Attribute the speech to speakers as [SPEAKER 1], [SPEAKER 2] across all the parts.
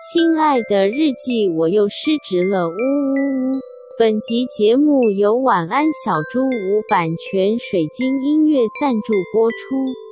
[SPEAKER 1] 亲爱的日记，我又失职了，呜呜呜！本集节目由晚安小猪屋版权水晶音乐赞助播出。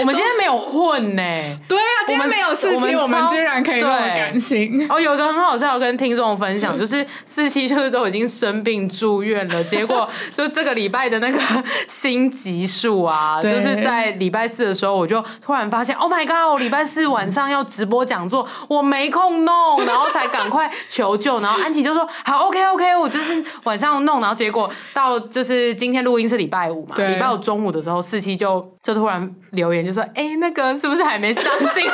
[SPEAKER 2] 我们今天没有混呢、
[SPEAKER 3] 对啊，今天没有事情，
[SPEAKER 2] 我们
[SPEAKER 3] 我们居然可以那么
[SPEAKER 2] 对
[SPEAKER 3] 感性。
[SPEAKER 2] 哦，有一个很好笑，我跟听众分享，就是四期就是都已经生病住院了，结果 就这个礼拜的那个新集数啊，就
[SPEAKER 3] 对
[SPEAKER 2] 是在礼拜四的时候，我就突然发现，Oh my god！我礼拜四晚上要直播讲座，我没空弄，然后才赶快求救，然后安琪就说好，OK OK，我就是晚上弄，然后结果到就是今天录音是礼拜五嘛，
[SPEAKER 3] 对
[SPEAKER 2] 礼拜五中午的时候，四期就就突然留言就说，哎、那个是不是还没上新？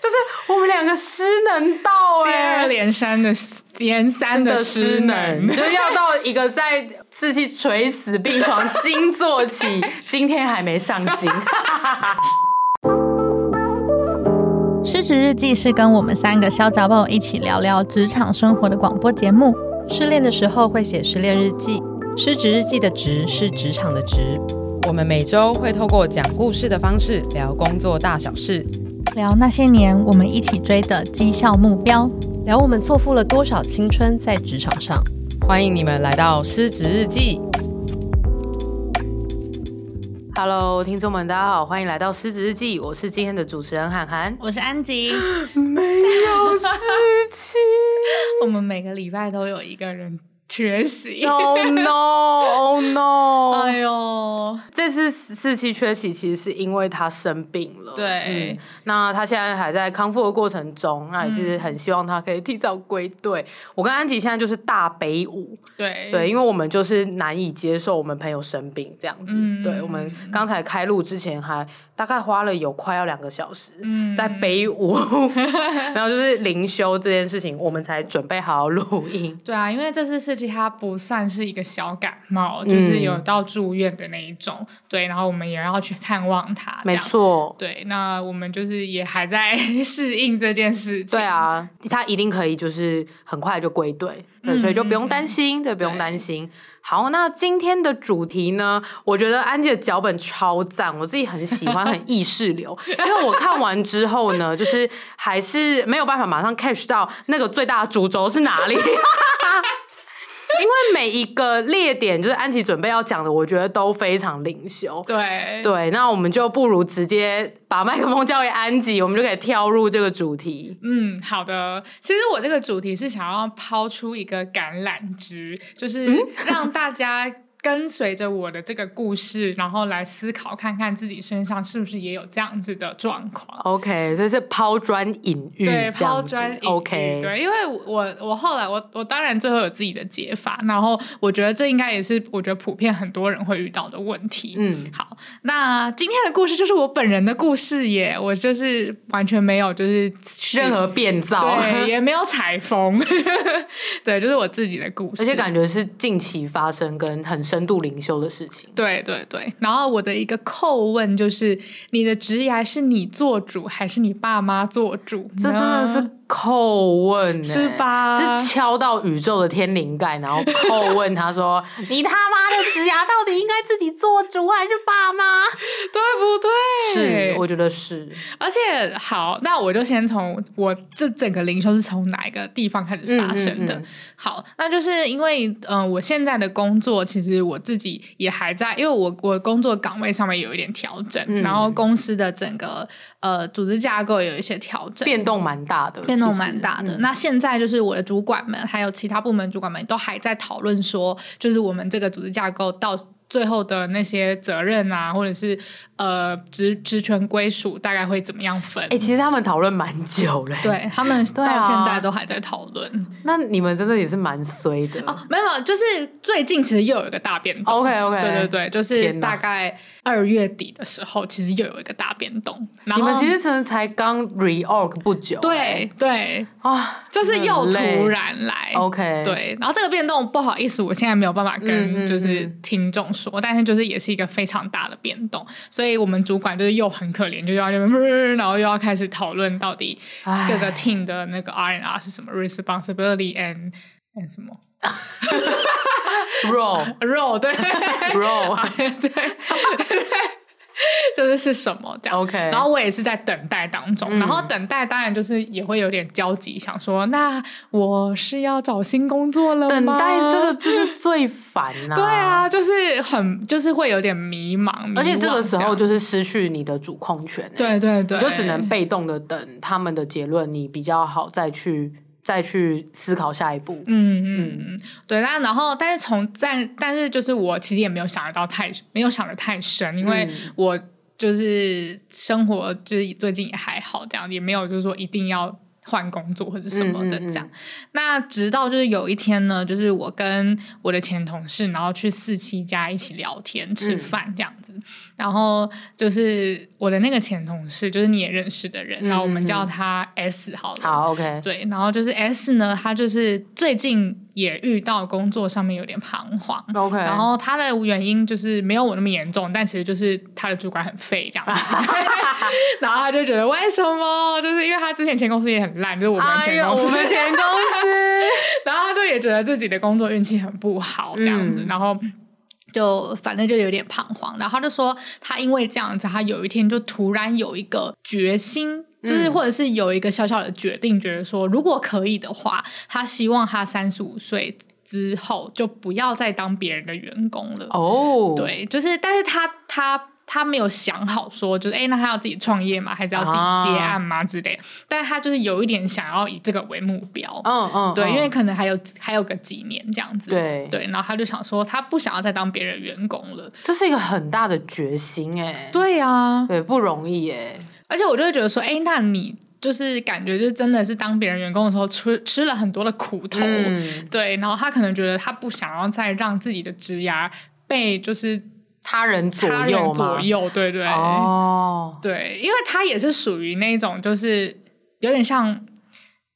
[SPEAKER 2] 就是我们两个失能到
[SPEAKER 3] 接
[SPEAKER 2] 哎、
[SPEAKER 3] 二连三的连三的失能，
[SPEAKER 2] 就是要到一个在自己垂死病床惊坐起，今天还没上心。
[SPEAKER 4] 失职日记是跟我们三个小杂宝一起聊聊职场生活的广播节目。
[SPEAKER 5] 失恋的时候会写失恋日记，失职日记的职是职场的职。
[SPEAKER 6] 我们每周会透过讲故事的方式聊工作大小事，
[SPEAKER 4] 聊那些年我们一起追的绩效目标。
[SPEAKER 5] 聊我们错付了多少青春在职场上。
[SPEAKER 6] 欢迎你们来到失职日记。
[SPEAKER 2] Hello，听众们，大家好，欢迎来到《狮子日记》，我是今天的主持人涵涵。
[SPEAKER 4] 我是安吉，
[SPEAKER 2] 没有四期
[SPEAKER 3] 我们每个礼拜都有一个人缺 席。
[SPEAKER 2] ，No No，Oh No！
[SPEAKER 3] 哎呦，
[SPEAKER 2] 这次四期缺席其实是因为他生病了，
[SPEAKER 3] 对
[SPEAKER 2] 嗯那他现在还在康复的过程中，那也
[SPEAKER 3] 嗯
[SPEAKER 2] 是很希望他可以提早归队。我跟安吉现在就是大北舞，
[SPEAKER 3] 对
[SPEAKER 2] 对，因为我们就是难以接受我们朋友生病这样子，
[SPEAKER 3] 嗯
[SPEAKER 2] 对我们刚才开录之前还大概花了有快要两个小时，
[SPEAKER 3] 嗯
[SPEAKER 2] 在北舞， 然后就是灵修这件事情，我们才准备好好录音。
[SPEAKER 3] 对啊，因为这次事情它不算是一个小感冒，
[SPEAKER 2] 嗯
[SPEAKER 3] 就是有到住院的那一种。对，然后我们也要去探望他，这
[SPEAKER 2] 没
[SPEAKER 3] 样。
[SPEAKER 2] 错，
[SPEAKER 3] 对，那我们就是也还在 适应这件事情。
[SPEAKER 2] 对，啊，他一定可以，就是很快就归队，对，
[SPEAKER 3] 嗯
[SPEAKER 2] 所以就不用担心，对，不用担心。好，那今天的主题呢？我觉得安吉的脚本超赞，我自己很喜欢，很意识 流。因为我看完之后呢，就是还是没有办法马上 catch 到那个最大的主轴是 哪里。因为每一个列点，就是安琪准备要讲的，我觉得都非常领袖。
[SPEAKER 3] 对，
[SPEAKER 2] 对，那我们就不如直接把麦克风交给安吉，我们就可以跳入这个主题。
[SPEAKER 3] 嗯，好的。其实我这个主题是想要抛出一个橄榄枝，就是
[SPEAKER 2] 嗯
[SPEAKER 3] 让大家跟随着我的这个故事，然后来思考看看自己身上是不是也有这样子的状况。
[SPEAKER 2] OK，所以是抛砖引嗯玉这
[SPEAKER 3] 对，
[SPEAKER 2] 样子，
[SPEAKER 3] 抛砖引玉
[SPEAKER 2] OK，
[SPEAKER 3] 对，因为我我后来我我当然最后有自己的解法，然后我觉得这应该也是我觉得普遍很多人会遇到的问题。
[SPEAKER 2] 嗯，
[SPEAKER 3] 好，那今天的故事就是我本人的故事耶，我就是完全没有就是去
[SPEAKER 2] 任何变造，
[SPEAKER 3] 对，也没有采风， 对，就是我自己的故事，
[SPEAKER 2] 而且感觉是近期发生跟很深度灵修的事情。
[SPEAKER 3] 对对对。然后我的一个叩问就是，你的职业是你做主还是你爸妈做主呢？
[SPEAKER 2] 这真的是叩问、欸，
[SPEAKER 3] 嗯是吧
[SPEAKER 2] 是敲到宇宙的天灵盖，然后叩问他说：“你他妈的职涯到底应该自己做主还是爸妈
[SPEAKER 3] 对不对？？”
[SPEAKER 2] 是，我觉得是，
[SPEAKER 3] 而且好，那我就先从我这整个灵修是从哪一个地方开始发生的。
[SPEAKER 2] 嗯嗯嗯
[SPEAKER 3] 好，那就是因为嗯、呃我现在的工作其实我自己也还在，因为我我工作岗位上面有一点调整，
[SPEAKER 2] 嗯
[SPEAKER 3] 然后公司的整个呃组织架构有一些调整，
[SPEAKER 2] 变动蛮大的，
[SPEAKER 3] 变动
[SPEAKER 2] 其实
[SPEAKER 3] 蛮大的。
[SPEAKER 2] 嗯
[SPEAKER 3] 那现在就是我的主管们，还有其他部门主管们都还在讨论说，就是我们这个组织架构到最后的那些责任啊，或者是呃职职权归属大概会怎么样分？
[SPEAKER 2] 哎、其实他们讨论蛮久嘞、，
[SPEAKER 3] 对他们
[SPEAKER 2] 对啊嗯
[SPEAKER 3] 到现在都还在讨论、
[SPEAKER 2] 那你们真的也是蛮衰的。
[SPEAKER 3] 哦，没有，没有就是最近其实又有一个大变动。
[SPEAKER 2] OK OK，
[SPEAKER 3] 对对对，就是
[SPEAKER 2] 哦天哪
[SPEAKER 3] 大概二月底的时候，其实又有一个大变动。然
[SPEAKER 2] 你
[SPEAKER 3] 后
[SPEAKER 2] 们其实真的才刚 reorg 不久、
[SPEAKER 3] 对对，
[SPEAKER 2] 哎啊，
[SPEAKER 3] 就是又
[SPEAKER 2] 真的很累
[SPEAKER 3] 突然来。
[SPEAKER 2] OK，，
[SPEAKER 3] 对，然后这个变动不好意思，我现在没有办法
[SPEAKER 2] 嗯嗯
[SPEAKER 3] 跟就是听众说，但是就是也是一个非常大的变动，所以我们主管就是又很可怜，就要那边、呃然后又要开始讨论到底
[SPEAKER 2] 唉
[SPEAKER 3] 各个 team 的那个 R and R 是什么 responsibility and and 什么
[SPEAKER 2] roll
[SPEAKER 3] role 对
[SPEAKER 2] roll，
[SPEAKER 3] 对。就是是什么这样。
[SPEAKER 2] OK
[SPEAKER 3] 然后我也是在等待当中，
[SPEAKER 2] 嗯
[SPEAKER 3] 然后等待当然就是也会有点焦急，想说那我是要找新工作了
[SPEAKER 2] 等
[SPEAKER 3] 吗？
[SPEAKER 2] 待这个就是最烦呐、
[SPEAKER 3] 对啊，，就是很就是会有点迷茫，
[SPEAKER 2] 而且这个时候就是是失去你的主控权、欸，
[SPEAKER 3] 对对对，
[SPEAKER 2] 你就只能被动的等他们的结论，你比较好再去再去思考下一步。
[SPEAKER 3] 嗯嗯嗯，对。但然后，但是从但但是就是我其实也没有想得到太没有想得太深，因为
[SPEAKER 2] 嗯
[SPEAKER 3] 我就是生活就是最近也还好，这样也没有就是说一定要换工作或者什么的
[SPEAKER 2] 嗯嗯嗯
[SPEAKER 3] 这样。那直到就是有一天呢，就是我跟我的前同事，然后去四七家一起聊天
[SPEAKER 2] 嗯
[SPEAKER 3] 吃饭这样子。然后就是我的那个前同事，就是你也认识的人，
[SPEAKER 2] 嗯
[SPEAKER 3] 然后我们
[SPEAKER 2] 嗯
[SPEAKER 3] 叫
[SPEAKER 2] 嗯
[SPEAKER 3] 他 S 好了。
[SPEAKER 2] 好，OK，
[SPEAKER 3] 对，然后就是 S 呢，他就是最近也遇到工作上面有点彷徨。
[SPEAKER 2] OK，
[SPEAKER 3] 然后他的原因就是没有我那么严重，但其实就是他的主管很废这样子， 然后他就觉得为什么？就是因为他之前前公司也很烂，就是我们
[SPEAKER 2] 哎
[SPEAKER 3] 前
[SPEAKER 2] 呦，
[SPEAKER 3] 公司，
[SPEAKER 2] 我们前公司，
[SPEAKER 3] 然后他就也觉得自己的工作运气很不好这样子，
[SPEAKER 2] 嗯
[SPEAKER 3] 然后。就反正就有点彷徨，然后他就说他因为这样子，他有一天就突然有一个决心，就是
[SPEAKER 2] 嗯
[SPEAKER 3] 或者是有一个小小的决定，觉得说如果可以的话，他希望他三十五岁之后就不要再当别人的员工了。
[SPEAKER 2] 哦，，
[SPEAKER 3] 对，就是，但是他他他没有想好说，就是哎、诶那他要自己创业吗？还是要自己
[SPEAKER 2] 啊
[SPEAKER 3] 接案吗？之类的。但他就是有一点想要以这个为目标，
[SPEAKER 2] 嗯嗯，
[SPEAKER 3] 对，
[SPEAKER 2] 嗯
[SPEAKER 3] 因为可能还有还有个几年这样子。
[SPEAKER 2] 对
[SPEAKER 3] 对，然后他就想说，他不想要再当别人员工了。
[SPEAKER 2] 这是一个很大的决心哎，
[SPEAKER 3] 对啊，
[SPEAKER 2] 对，不容易哎，
[SPEAKER 3] 而且我就会觉得说，哎，那你就是感觉就是真的是当别人员工的时候吃吃了很多的苦头，
[SPEAKER 2] 嗯，
[SPEAKER 3] 对，然后他可能觉得他不想要再让自己的职涯被就是
[SPEAKER 2] 他人左
[SPEAKER 3] 他
[SPEAKER 2] 右
[SPEAKER 3] 人
[SPEAKER 2] 嘛，
[SPEAKER 3] 左右，对对、
[SPEAKER 2] 哦，
[SPEAKER 3] 对，因为他也是属于那种就是有点像。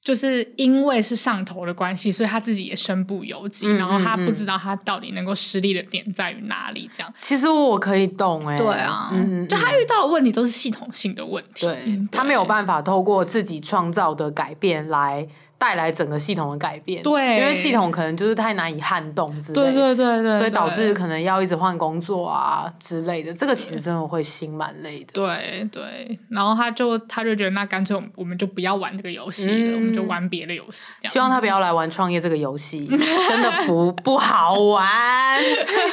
[SPEAKER 3] 就是因为是上头的关系，所以他自己也身不由己，
[SPEAKER 2] 嗯
[SPEAKER 3] 然后他
[SPEAKER 2] 嗯嗯
[SPEAKER 3] 不知道他到底能够失利的点在于哪里，这样。
[SPEAKER 2] 其实我可以懂哎、
[SPEAKER 3] 对啊，
[SPEAKER 2] 嗯，
[SPEAKER 3] 就他
[SPEAKER 2] 嗯
[SPEAKER 3] 遇到的问题都是系统性的问题，
[SPEAKER 2] 对
[SPEAKER 3] 嗯
[SPEAKER 2] 他没有办法透过自己创造的改变来带来整个系统的改变，
[SPEAKER 3] 对
[SPEAKER 2] 因为系统可能就是太难以撼动之类
[SPEAKER 3] 对
[SPEAKER 2] 的，
[SPEAKER 3] 对对对，
[SPEAKER 2] 所以导致
[SPEAKER 3] 对
[SPEAKER 2] 可能要一直换工作啊之类的，这个其实真的会心蛮累的。
[SPEAKER 3] 对对，然后他就他就觉得那干脆我们我们就不要玩这个游戏了，
[SPEAKER 2] 嗯
[SPEAKER 3] 我们就玩别的游戏，这样
[SPEAKER 2] 希望他不要来玩创业这个游 戏，真的不不好玩，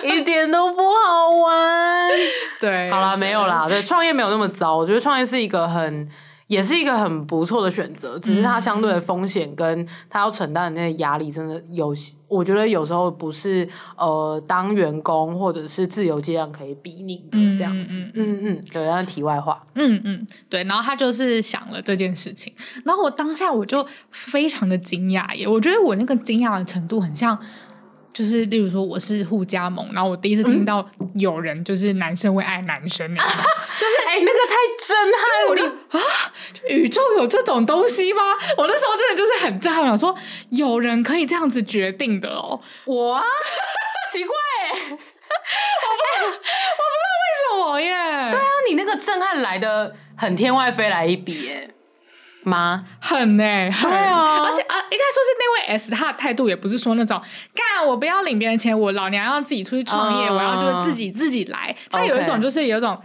[SPEAKER 2] 一点都不好玩。
[SPEAKER 3] 对，
[SPEAKER 2] 好啦，
[SPEAKER 3] 对
[SPEAKER 2] 没有，啦，对，创业没有那么糟。我觉得创业是一个很，也是一个很不错的选择，只是它相对的风险跟它要承担的那个压力，真的有，我觉得有时候不是呃当员工或者是自由接案可以比拟的
[SPEAKER 3] 嗯
[SPEAKER 2] 这样子。
[SPEAKER 3] 嗯嗯
[SPEAKER 2] 嗯嗯，对，那题外话，
[SPEAKER 3] 嗯嗯，对，然后他就是想了这件事情，然后我当下我就非常的惊讶耶，我觉得我那个惊讶的程度很像。就是，例如说我是互加盟，然后我第一次听到有人就是男生会爱男生那种，
[SPEAKER 2] 就是哎、那个太震撼了，
[SPEAKER 3] 我就啊，宇宙有这种东西吗？我那时候真的就是很震撼，我想说有人可以这样子决定的哦，
[SPEAKER 2] 我啊，奇怪、欸，
[SPEAKER 3] 为什么耶？对啊，
[SPEAKER 2] 那你那个震撼来的很天外飞来一笔、欸，妈，
[SPEAKER 3] 很哎、很
[SPEAKER 2] 对啊
[SPEAKER 3] 而且啊、呃应该说是那位 S 他的态度也不是说那种干我不要领别人钱，我老娘要自己出去创业，
[SPEAKER 2] 嗯
[SPEAKER 3] 我要就是自己自己来。他有一种
[SPEAKER 2] OK
[SPEAKER 3] 就是有一种。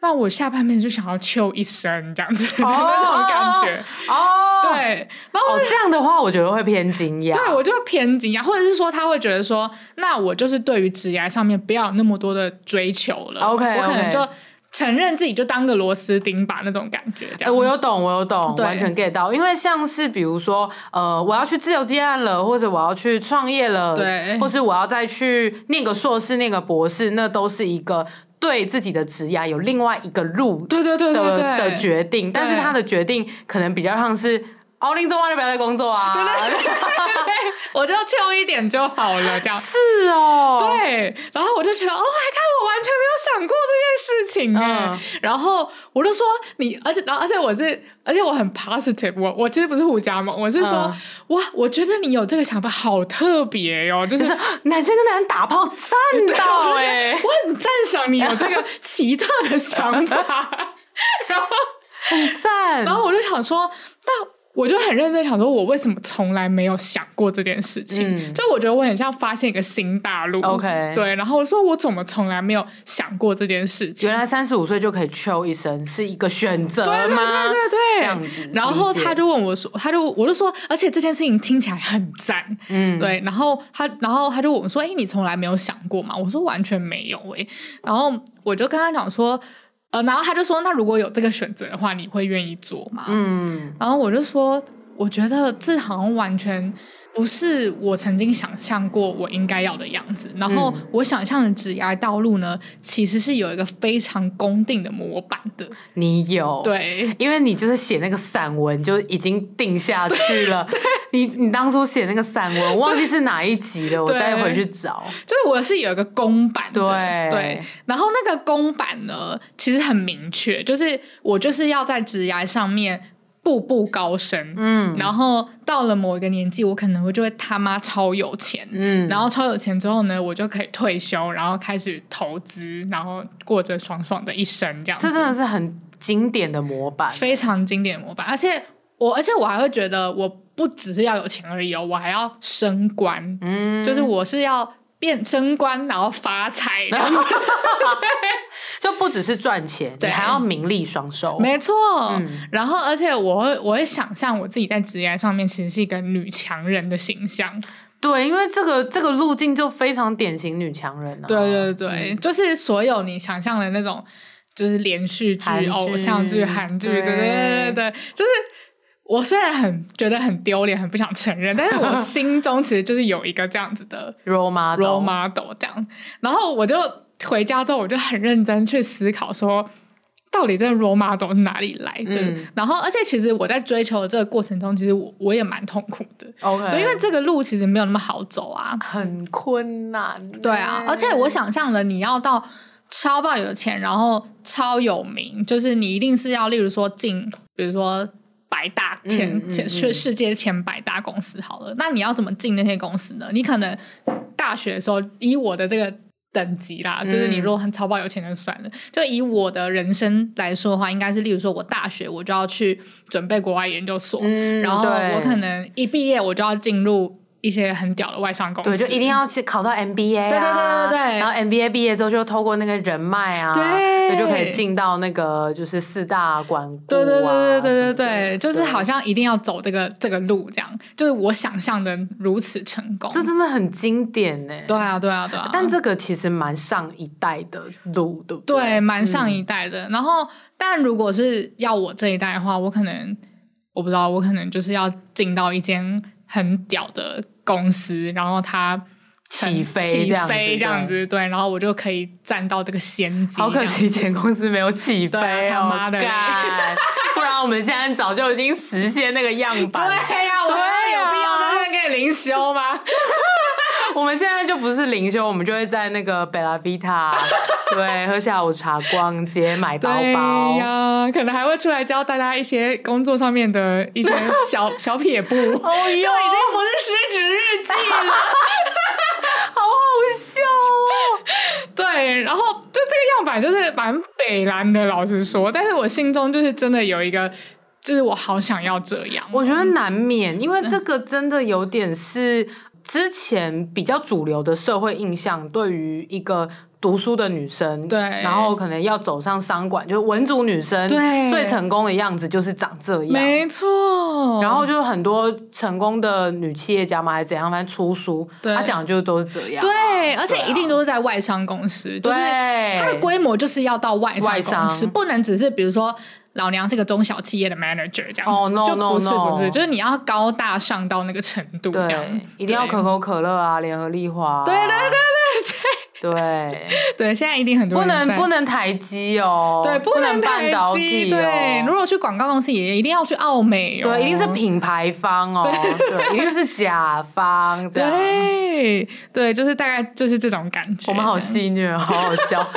[SPEAKER 3] 那我下半辈子就想要求一生这样子的
[SPEAKER 2] 哦
[SPEAKER 3] 那种感觉，
[SPEAKER 2] 哦，
[SPEAKER 3] 对。然后
[SPEAKER 2] 哦，这样的话，我觉得会偏惊讶。
[SPEAKER 3] 对，我就偏惊讶，或者是说他会觉得说，那我就是对于职业上面不要有那么多的追求了。
[SPEAKER 2] OK，OK
[SPEAKER 3] 我可能就承认自己就当个螺丝钉吧那种感觉。
[SPEAKER 2] 哎、
[SPEAKER 3] 这样，
[SPEAKER 2] 我有懂，我有懂，
[SPEAKER 3] 对
[SPEAKER 2] 完全 get 到。因为像是比如说，呃，我要去自由接案了，或者我要去创业了，
[SPEAKER 3] 对
[SPEAKER 2] 或是我要再去念个硕士、念个博士，那都是一个对自己的职涯有另外一个路的
[SPEAKER 3] 对对对对对
[SPEAKER 2] 的决定。但是他的决定可能比较像是，哦，林中华就不要再工作啊，
[SPEAKER 3] 对 对对我就秋一点就好了，这样。
[SPEAKER 2] 是哦，，
[SPEAKER 3] 对，然后我就觉得，Oh my god，我完全没有想过这件事情哎、
[SPEAKER 2] 嗯
[SPEAKER 3] 然后我就说你，而且然后而且我是，而且我很 positive，我我其实不是胡家盟，我是说、
[SPEAKER 2] 嗯
[SPEAKER 3] 哇，我觉得你有这个想法好特别哟、就
[SPEAKER 2] 就是是男生跟男人打炮赞到
[SPEAKER 3] 我就觉得
[SPEAKER 2] 哎、
[SPEAKER 3] 我很赞赏你有这个奇特的想法。然后，
[SPEAKER 2] 很赞。
[SPEAKER 3] 然后我就想说，那我就很认真想说，我为什么从来没有想过这件事情？
[SPEAKER 2] 嗯
[SPEAKER 3] 就我觉得我很像发现一个新大陆。
[SPEAKER 2] OK
[SPEAKER 3] 对，然后我说我怎么从来没有想过这件事情？
[SPEAKER 2] 原来三十五岁就可以 chill 一生是一个选择
[SPEAKER 3] 对对
[SPEAKER 2] 吗？
[SPEAKER 3] 对对对，
[SPEAKER 2] 这样子
[SPEAKER 3] 然后
[SPEAKER 2] 理解
[SPEAKER 3] 他就问我说，他就我就说，而且这件事情听起来很赞，
[SPEAKER 2] 嗯，
[SPEAKER 3] 对。然后他，然后他就问我说：“哎、你从来没有想过吗？”我说：“完全没有。”哎，然后我就跟他讲说，呃，然后他就说：“那如果有这个选择的话，你会愿意做吗？”
[SPEAKER 2] 嗯，
[SPEAKER 3] 然后我就说，我觉得这好像完全不是我曾经想象过我应该要的样子。然后
[SPEAKER 2] 嗯
[SPEAKER 3] 我想象的职涯道路呢，其实是有一个非常公定的模板的。
[SPEAKER 2] 你有。
[SPEAKER 3] 对，
[SPEAKER 2] 因为你就是写那个散文就已经定下去 了，你你当初写那个散文，我忘记是哪一集了，我
[SPEAKER 3] 对
[SPEAKER 2] 再回去找。
[SPEAKER 3] 就是我是有一个公版的，
[SPEAKER 2] 对
[SPEAKER 3] 对。然后那个公版呢，其实很明确，就是我就是要在职涯上面步步高升。
[SPEAKER 2] 嗯，
[SPEAKER 3] 然后到了某一个年纪，我可能我就会他妈超有钱，
[SPEAKER 2] 嗯，
[SPEAKER 3] 然后超有钱之后呢，我就可以退休，然后开始投资，然后过着爽爽的一生，这样
[SPEAKER 2] 这
[SPEAKER 3] 子
[SPEAKER 2] 真的是很经典的模板，
[SPEAKER 3] 非常经典的模板。而且我，而且我还会觉得，我不只是要有钱而已哦，我还要升官，
[SPEAKER 2] 嗯，
[SPEAKER 3] 就是我是要变升官，然后发财这 样子。
[SPEAKER 2] 就不只是赚钱，你
[SPEAKER 3] 对
[SPEAKER 2] 还要名利双收。
[SPEAKER 3] 没错，
[SPEAKER 2] 嗯
[SPEAKER 3] 然后而且我会我会想象我自己在职业上面其实是一个女强人的形象，
[SPEAKER 2] 对，因为这个这个路径就非常典型女强人啊。
[SPEAKER 3] 对对对，就是所有你想象的那种，就是连续
[SPEAKER 2] 韩
[SPEAKER 3] 剧、
[SPEAKER 2] 剧
[SPEAKER 3] 偶像剧、韩剧，
[SPEAKER 2] 对
[SPEAKER 3] 对对对对对，就是我虽然很觉得很丢脸，很不想承认，但是 我心中其实就是有一个这样子的
[SPEAKER 2] role model
[SPEAKER 3] role model 这样。然后我就回家之后，我就很认真去思考说。到底这个 role model 是哪里来的？
[SPEAKER 2] 嗯
[SPEAKER 3] 然后，而且其实我在追求的这个过程中，其实我我也蛮痛苦的，
[SPEAKER 2] OK，
[SPEAKER 3] 对，因为这个路其实没有那么好走啊。
[SPEAKER 2] 很困难。
[SPEAKER 3] 对啊，而且我想象了你要到超爆有钱，然后超有名，就是你一定是要，例如说进，比如说百大前
[SPEAKER 2] 嗯嗯
[SPEAKER 3] 前
[SPEAKER 2] 嗯
[SPEAKER 3] 世世界前百大公司好了，那你要怎么进那些公司呢？你可能大学的时候，以我的这个。等级啦，
[SPEAKER 2] 嗯
[SPEAKER 3] 就是你如果很超爆有钱就算了。就以我的人生来说的话，应该是例如说，我大学我就要去准备国外研究所，
[SPEAKER 2] 嗯，
[SPEAKER 3] 然后
[SPEAKER 2] 对
[SPEAKER 3] 我可能一毕业我就要进入一些很屌的外商公
[SPEAKER 2] 对，
[SPEAKER 3] 司，
[SPEAKER 2] 就一定要去考到 MBA 啊，
[SPEAKER 3] 对对对对对
[SPEAKER 2] 然后 MBA 毕业之后就透过那个人脉啊，
[SPEAKER 3] 对
[SPEAKER 2] 就可以进到那个就是四大管顾啊，
[SPEAKER 3] 对对对对
[SPEAKER 2] 什
[SPEAKER 3] 对对
[SPEAKER 2] 么的
[SPEAKER 3] 对，就是好。
[SPEAKER 2] 对
[SPEAKER 3] 像一定要走这个这个路，这样就是我想象的如此成功。
[SPEAKER 2] 这真的很经典呢、
[SPEAKER 3] 对啊，对啊，对啊。
[SPEAKER 2] 但这个其实蛮上一代的路，对不
[SPEAKER 3] 对
[SPEAKER 2] 对，
[SPEAKER 3] 蛮上一代的。然后，但如果是要我这一代的话，我可能我不知道，我可能就是要进到一间很屌的公司，然后它成
[SPEAKER 2] 起飞
[SPEAKER 3] 起
[SPEAKER 2] 这样子
[SPEAKER 3] 飞这样
[SPEAKER 2] 对
[SPEAKER 3] 子，对，然后我就可以占到这个先机。
[SPEAKER 2] 好可
[SPEAKER 3] 这样
[SPEAKER 2] 惜，前公司没有起飞、哦，
[SPEAKER 3] 对啊他妈的嘞
[SPEAKER 2] 干不然我们现在早就已经实现那个样板了。
[SPEAKER 3] 对呀、我们
[SPEAKER 2] 对啊
[SPEAKER 3] 有必要在这边给你灵修吗？
[SPEAKER 2] 我们现在就不是灵修，我们就会在那个贝拉维 塔，对，喝下午茶、逛街、买包
[SPEAKER 3] 对
[SPEAKER 2] 包。
[SPEAKER 3] 呀、可能还会出来教大家一些工作上面的一些小 小撇步，就已经不
[SPEAKER 2] 哦哟，
[SPEAKER 3] 是失职日记了。
[SPEAKER 2] 好好笑哦！
[SPEAKER 3] 对，然后就这个样板就是蛮北蓝的，老实说，但是我心中就是真的有一个，就是我好想要这样。
[SPEAKER 2] 我觉得难免，因为这个真的有点是之前比较主流的社会印象，对于一个。读书的女生，
[SPEAKER 3] 对
[SPEAKER 2] 然后可能要走上商管，就是文组女生，
[SPEAKER 3] 对
[SPEAKER 2] 最成功的样子就是长这样，
[SPEAKER 3] 没错，
[SPEAKER 2] 然后就很多成功的女企业家嘛，还是怎样，反正出书，
[SPEAKER 3] 对
[SPEAKER 2] 她讲的就是都是这样啊、
[SPEAKER 3] 对，而且
[SPEAKER 2] 对啊
[SPEAKER 3] 一定都是在外商公司，就是
[SPEAKER 2] 对
[SPEAKER 3] 它的规模就是要到外商
[SPEAKER 2] 外商
[SPEAKER 3] 公司，不能只是比如说老娘是个中小企业的 manager 这样，
[SPEAKER 2] 哦，no，
[SPEAKER 3] 就
[SPEAKER 2] no，
[SPEAKER 3] 不是
[SPEAKER 2] no
[SPEAKER 3] 不是，就是你要高大上到那个程度这样
[SPEAKER 2] 对，，啊一定要可口可乐啊，联合利华、啊，
[SPEAKER 3] 对对对
[SPEAKER 2] 对对，
[SPEAKER 3] 对，现在一定很多
[SPEAKER 2] 不
[SPEAKER 3] 人
[SPEAKER 2] 能
[SPEAKER 3] 在
[SPEAKER 2] 不。能台积哦，
[SPEAKER 3] 对，
[SPEAKER 2] 不
[SPEAKER 3] 能
[SPEAKER 2] 半
[SPEAKER 3] 台
[SPEAKER 2] 导
[SPEAKER 3] 积。
[SPEAKER 2] 体哦，
[SPEAKER 3] 对，如果去广告公司也一定要去澳美哦。
[SPEAKER 2] 对，一定是品牌方哦，对，一定是甲方这样。
[SPEAKER 3] 对对，就是大概就是这种感觉。
[SPEAKER 2] 我们好
[SPEAKER 3] 这样
[SPEAKER 2] 戏虐，好好 笑。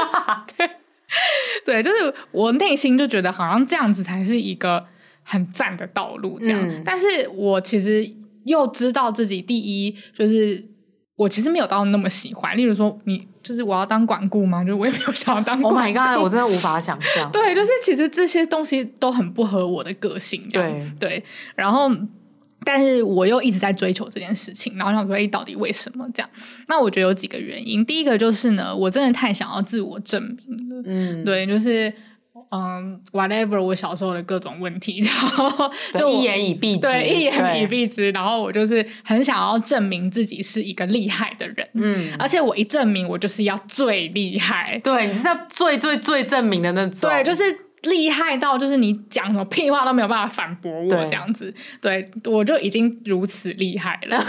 [SPEAKER 3] 对，就是我内心就觉得好像这样子才是一个很赞的道路，这样。
[SPEAKER 2] 嗯
[SPEAKER 3] 但是我其实又知道自己，第一就是。我其实没有到那么喜欢。例如说，你就是我要当管顾吗？就是我也没有想要当管
[SPEAKER 2] Oh
[SPEAKER 3] 顾。
[SPEAKER 2] my god！我真的无法想象。
[SPEAKER 3] 对，就是其实这些东西都很不合我的个性，这样
[SPEAKER 2] 对
[SPEAKER 3] 对。然后，但是我又一直在追求这件事情，然后想说，哎，到底为什么这样？那我觉得有几个原因。第一个就是呢，我真的太想要自我证明了，
[SPEAKER 2] 嗯，
[SPEAKER 3] 对，就是嗯，whatever 我小时候的各种问题， 然后
[SPEAKER 2] 就
[SPEAKER 3] 就
[SPEAKER 2] 一
[SPEAKER 3] 我
[SPEAKER 2] 言以蔽之，
[SPEAKER 3] 对一言以
[SPEAKER 2] 蔽。
[SPEAKER 3] 蔽之，然后我就是很想要证明自己是一个厉害的人，
[SPEAKER 2] 嗯，
[SPEAKER 3] 而且我一证明我就是要最厉害，
[SPEAKER 2] 对，你是要最最最证明的那种。
[SPEAKER 3] 对，就是厉害到就是你讲什么屁话都没有办法反驳我
[SPEAKER 2] 对
[SPEAKER 3] 这样子，对我就已经如此厉害了，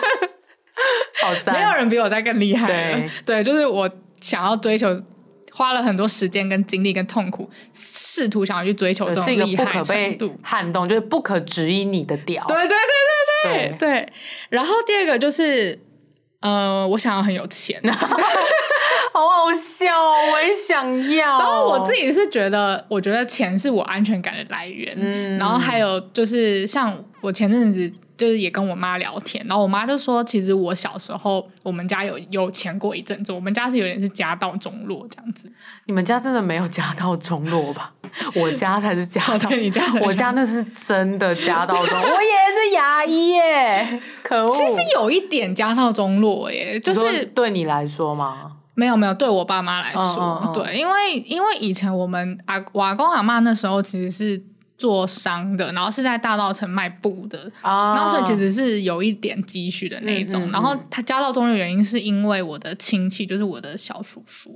[SPEAKER 2] 好赞。
[SPEAKER 3] 没有人比我再更厉害了。对，就是我想要追求。花了很多时间、跟精力、跟痛苦，试图想要去追求
[SPEAKER 2] 对
[SPEAKER 3] 这种
[SPEAKER 2] 是一个
[SPEAKER 3] 厉
[SPEAKER 2] 不
[SPEAKER 3] 害
[SPEAKER 2] 可
[SPEAKER 3] 程
[SPEAKER 2] 被
[SPEAKER 3] 度。
[SPEAKER 2] 撼动，就是不可质疑你的屌。
[SPEAKER 3] 对对对对
[SPEAKER 2] 对
[SPEAKER 3] 对对。然后第二个就是，呃，我想要很 有钱。
[SPEAKER 2] 好好笑哦，我也想要。
[SPEAKER 3] 然后我自，己是觉得，我觉得钱是我安全感的来源。
[SPEAKER 2] 嗯
[SPEAKER 3] 然后还有就是，像我前阵子就是也跟我妈聊天，然后我妈就说，其实我小时候我们家有有钱过一阵子，我们家是有点是家道中落这 样子。
[SPEAKER 2] 你们家真的没有家道中落吧？ 我家才是家道，
[SPEAKER 3] 对你家才是
[SPEAKER 2] 我家那是真的家道 中，落。我也是牙医耶，可恶。
[SPEAKER 3] 其实有一点家道中落耶，就
[SPEAKER 2] 哦你说
[SPEAKER 3] 是
[SPEAKER 2] 对你来说嘛，
[SPEAKER 3] 没有没有，对我爸妈来说，
[SPEAKER 2] 嗯嗯嗯
[SPEAKER 3] 对，因为因为以前我们阿我阿公阿妈那时候其实是做商的，然后是在大道城卖布的，
[SPEAKER 2] 啊，
[SPEAKER 3] 然后所以其实是有一点积蓄的那一种。
[SPEAKER 2] 嗯嗯嗯
[SPEAKER 3] 然后他家道中落的原因是因为我的亲戚，就是我的小叔叔，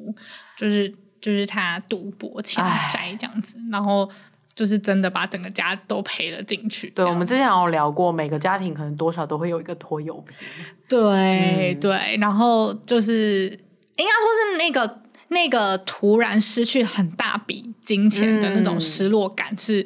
[SPEAKER 3] 就是就是他赌博欠
[SPEAKER 2] 唉
[SPEAKER 3] 债这样子，然后就是真的把整个家都赔了进去这
[SPEAKER 2] 对
[SPEAKER 3] 样。
[SPEAKER 2] 我们之前有聊过，每个家庭可能多少都会有一个拖油瓶。
[SPEAKER 3] 对、
[SPEAKER 2] 嗯
[SPEAKER 3] 对，然后就是应该说是那个那个突然失去很大笔金钱的那种
[SPEAKER 2] 嗯
[SPEAKER 3] 失落感是。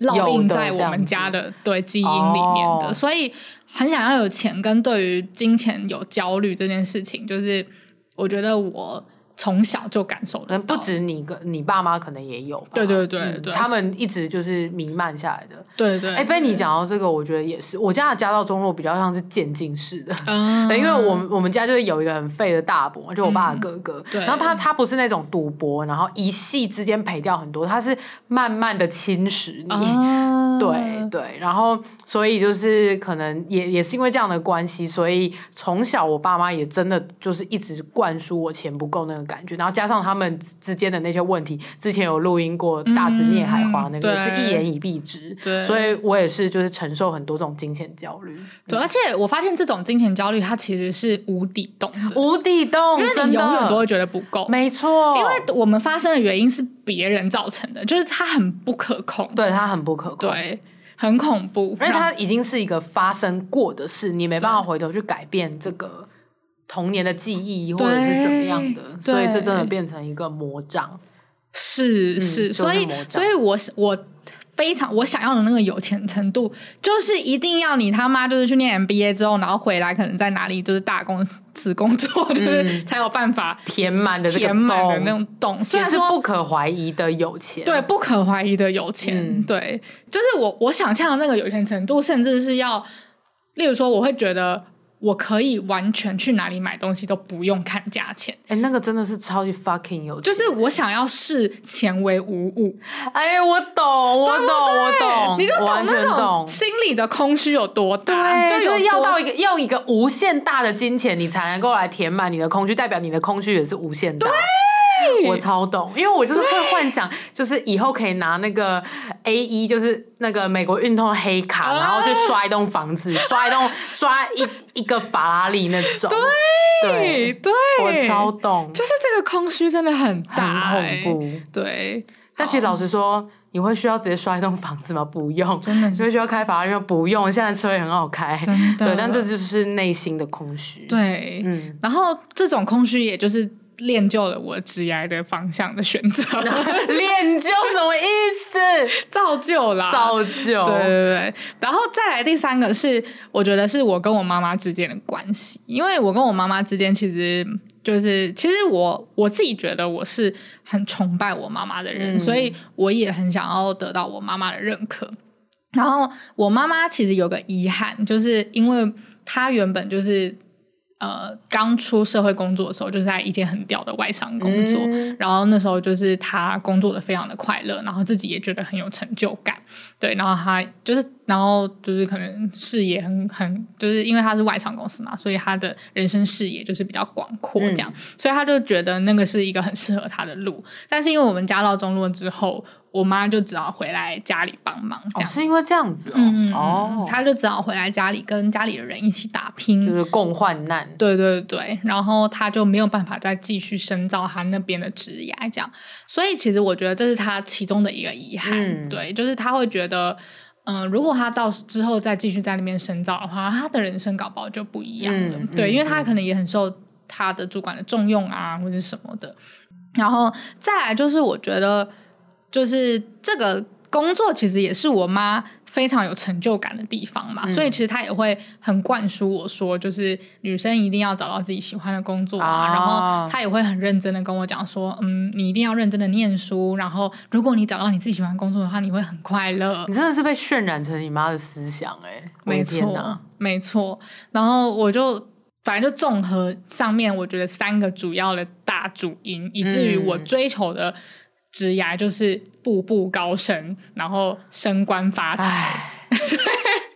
[SPEAKER 3] 烙
[SPEAKER 2] 有
[SPEAKER 3] 印
[SPEAKER 2] 的
[SPEAKER 3] 在
[SPEAKER 2] 这
[SPEAKER 3] 我
[SPEAKER 2] 样
[SPEAKER 3] 们
[SPEAKER 2] 子
[SPEAKER 3] 家的对基因里面的，
[SPEAKER 2] 哦
[SPEAKER 3] 所以很想要有钱，跟对于金钱有焦虑这件事情，就是我觉得我从小就感受
[SPEAKER 2] 可
[SPEAKER 3] 得
[SPEAKER 2] 能嗯不
[SPEAKER 3] 到。
[SPEAKER 2] 止你跟你爸妈，可能也有吧。
[SPEAKER 3] 对对对
[SPEAKER 2] 嗯
[SPEAKER 3] 对
[SPEAKER 2] 他们一直就是弥漫下来的。
[SPEAKER 3] 对对，
[SPEAKER 2] 哎，被你
[SPEAKER 3] 对，
[SPEAKER 2] 讲到这个，我觉得也是。我家的家道中落比较像是渐进式的，
[SPEAKER 3] 嗯，
[SPEAKER 2] 对，因为我们我们家就是有一个很废的大伯，就我爸的哥哥。
[SPEAKER 3] 对
[SPEAKER 2] 然后他他不是那种赌博，然后一夕之间赔掉很多，他是慢慢的侵蚀你。
[SPEAKER 3] 啊，
[SPEAKER 2] 对对，然后所以就是可能也也是因为这样的关系，所以从小我爸妈也真的就是一直灌输我钱不够那个感觉，然后加上他们之之间的那些问题，之前有录音过《大直孽海花》那个、
[SPEAKER 3] 嗯嗯
[SPEAKER 2] 是
[SPEAKER 3] 对
[SPEAKER 2] 一言以蔽之，
[SPEAKER 3] 对
[SPEAKER 2] 所以我也是就是承受很多这种金钱焦虑，
[SPEAKER 3] 对，而且我发现这种金钱焦虑，它其实是无底洞的，
[SPEAKER 2] 无底洞，
[SPEAKER 3] 因为
[SPEAKER 2] 真
[SPEAKER 3] 你
[SPEAKER 2] 的
[SPEAKER 3] 永远都会觉得不够。
[SPEAKER 2] 没错，
[SPEAKER 3] 因为我们发生的原因是别人造成的，就是它很不可控，
[SPEAKER 2] 对他很不可控，
[SPEAKER 3] 对，很恐怖。
[SPEAKER 2] 因为
[SPEAKER 3] 然
[SPEAKER 2] 它
[SPEAKER 3] 后
[SPEAKER 2] 已经是一个发生过的事，你没办法回头去改变这个童年的记忆或
[SPEAKER 3] 对
[SPEAKER 2] 者是怎么样的，
[SPEAKER 3] 对
[SPEAKER 2] 所以这真的变成一个魔杖。
[SPEAKER 3] 是
[SPEAKER 2] 嗯
[SPEAKER 3] 是，
[SPEAKER 2] 就是
[SPEAKER 3] 所以
[SPEAKER 2] 魔障
[SPEAKER 3] 所以我是我非常我想要的那个有钱程度，就是一定要你他妈就是去念 MBA 之后，然后回来可能在哪里就是打工只工作，就是、才有办法
[SPEAKER 2] 填满嗯的这个
[SPEAKER 3] 填满的
[SPEAKER 2] 洞
[SPEAKER 3] 那种洞，虽
[SPEAKER 2] 也
[SPEAKER 3] 然
[SPEAKER 2] 是
[SPEAKER 3] 说
[SPEAKER 2] 不可怀疑的有钱，
[SPEAKER 3] 对，不可怀疑的有钱，
[SPEAKER 2] 嗯
[SPEAKER 3] 对，就是我我想象的那个有钱程度，甚至是要，例如说，我会觉得我可以完全去哪里买东西都不用看价钱，
[SPEAKER 2] 哎、那个真的是超级 fucking 有钱。
[SPEAKER 3] 就是我想要视钱为无物，
[SPEAKER 2] 哎、我懂，我懂，我懂，
[SPEAKER 3] 你就
[SPEAKER 2] 我
[SPEAKER 3] 懂
[SPEAKER 2] 嗯完
[SPEAKER 3] 那
[SPEAKER 2] 全
[SPEAKER 3] 种
[SPEAKER 2] 懂。
[SPEAKER 3] 心里的空虚有多大，
[SPEAKER 2] 对，就
[SPEAKER 3] 有
[SPEAKER 2] 是要
[SPEAKER 3] 多
[SPEAKER 2] 到一个用一个无限大的金钱，你才能够来填满你的空虚，代表你的空虚也是无限大。我超懂，因为我就是会幻想，就是以后可以拿那个 A 一，就是那个美国运通的黑卡，然后去
[SPEAKER 3] 啊
[SPEAKER 2] 刷一栋房子，刷一 栋刷一一个法拉利那种。
[SPEAKER 3] 对
[SPEAKER 2] 对，
[SPEAKER 3] 对，
[SPEAKER 2] 我超懂，
[SPEAKER 3] 就是这个空虚真的很大、欸
[SPEAKER 2] 很恐
[SPEAKER 3] 怖，
[SPEAKER 2] 怖。
[SPEAKER 3] 对，
[SPEAKER 2] 但其实老实说，你会需要直接刷一栋房子吗？不用，
[SPEAKER 3] 真的
[SPEAKER 2] 你
[SPEAKER 3] 是
[SPEAKER 2] 会需要开法拉利吗？不用，现在车也很好开。
[SPEAKER 3] 真的，
[SPEAKER 2] 对，但这就是内心的空虚。，
[SPEAKER 3] 对，
[SPEAKER 2] 嗯，
[SPEAKER 3] 然后这种空虚，也就是练就了我职业的方向的选择，
[SPEAKER 2] 练就什么意思？
[SPEAKER 3] 造就啦，
[SPEAKER 2] 造就。
[SPEAKER 3] 对对对，然后再来第三个是，我觉得是我跟我妈妈之间的关系，因为我跟我妈妈之间其实就是，其实我我自己觉得我是很崇拜我妈妈的人，
[SPEAKER 2] 嗯
[SPEAKER 3] 所以我也很想要得到我妈妈的认可。然后我妈妈其实有个遗憾，就是因为她原本就是呃刚出社会工作的时候，就是在一间很屌的外商工作，
[SPEAKER 2] 嗯
[SPEAKER 3] 然后那时候就是他工作的非常的快乐，然后自己也觉得很有成就感，对，然后他就是，然后就是可能视野很很，就是因为他是外商公司嘛，所以他的人生视野就是比较广阔这
[SPEAKER 2] 嗯
[SPEAKER 3] 样，所以他就觉得那个是一个很适合他的路。但是因为我们家道中落之后，我妈就只好回来家里帮忙这
[SPEAKER 2] 哦，
[SPEAKER 3] 样，
[SPEAKER 2] 是因为这样子哦，
[SPEAKER 3] 嗯，
[SPEAKER 2] 哦，
[SPEAKER 3] 他就只好回来家里跟家里的人一起打拼，
[SPEAKER 2] 就是共患难，
[SPEAKER 3] 对对对，然后他就没有办法再继续深造他那边的职涯，这样。所以其实我觉得这是他其中的一个遗憾，
[SPEAKER 2] 嗯
[SPEAKER 3] 对，就是他会觉得，嗯、如果他到之后再继续在那边深造的话，他的人生搞不好就不一样了，
[SPEAKER 2] 嗯
[SPEAKER 3] 对，
[SPEAKER 2] 嗯
[SPEAKER 3] 因为他可能也很受他的主管的重用啊，或者什么的。然后再来就是，我觉得就是这个工作其实也是我妈非常有成就感的地方嘛，
[SPEAKER 2] 嗯
[SPEAKER 3] 所以其实她也会很灌输我说，就是女生一定要找到自己喜欢的工作啊，
[SPEAKER 2] 啊
[SPEAKER 3] 然后她也会很认真的跟我讲说，嗯，你一定要认真的念书，然后如果你找到你自己喜欢的工作的话，你会很快乐
[SPEAKER 2] 你。真的是被渲染成你妈的思想哎、欸，我
[SPEAKER 3] 没
[SPEAKER 2] 的天
[SPEAKER 3] 错
[SPEAKER 2] 哪，，
[SPEAKER 3] 没错。然后我就反正就综合上面，我觉得三个主要的大主因，以至于
[SPEAKER 2] 嗯
[SPEAKER 3] 我追求的职涯就是步步高升，然后升官发财。
[SPEAKER 2] 唉。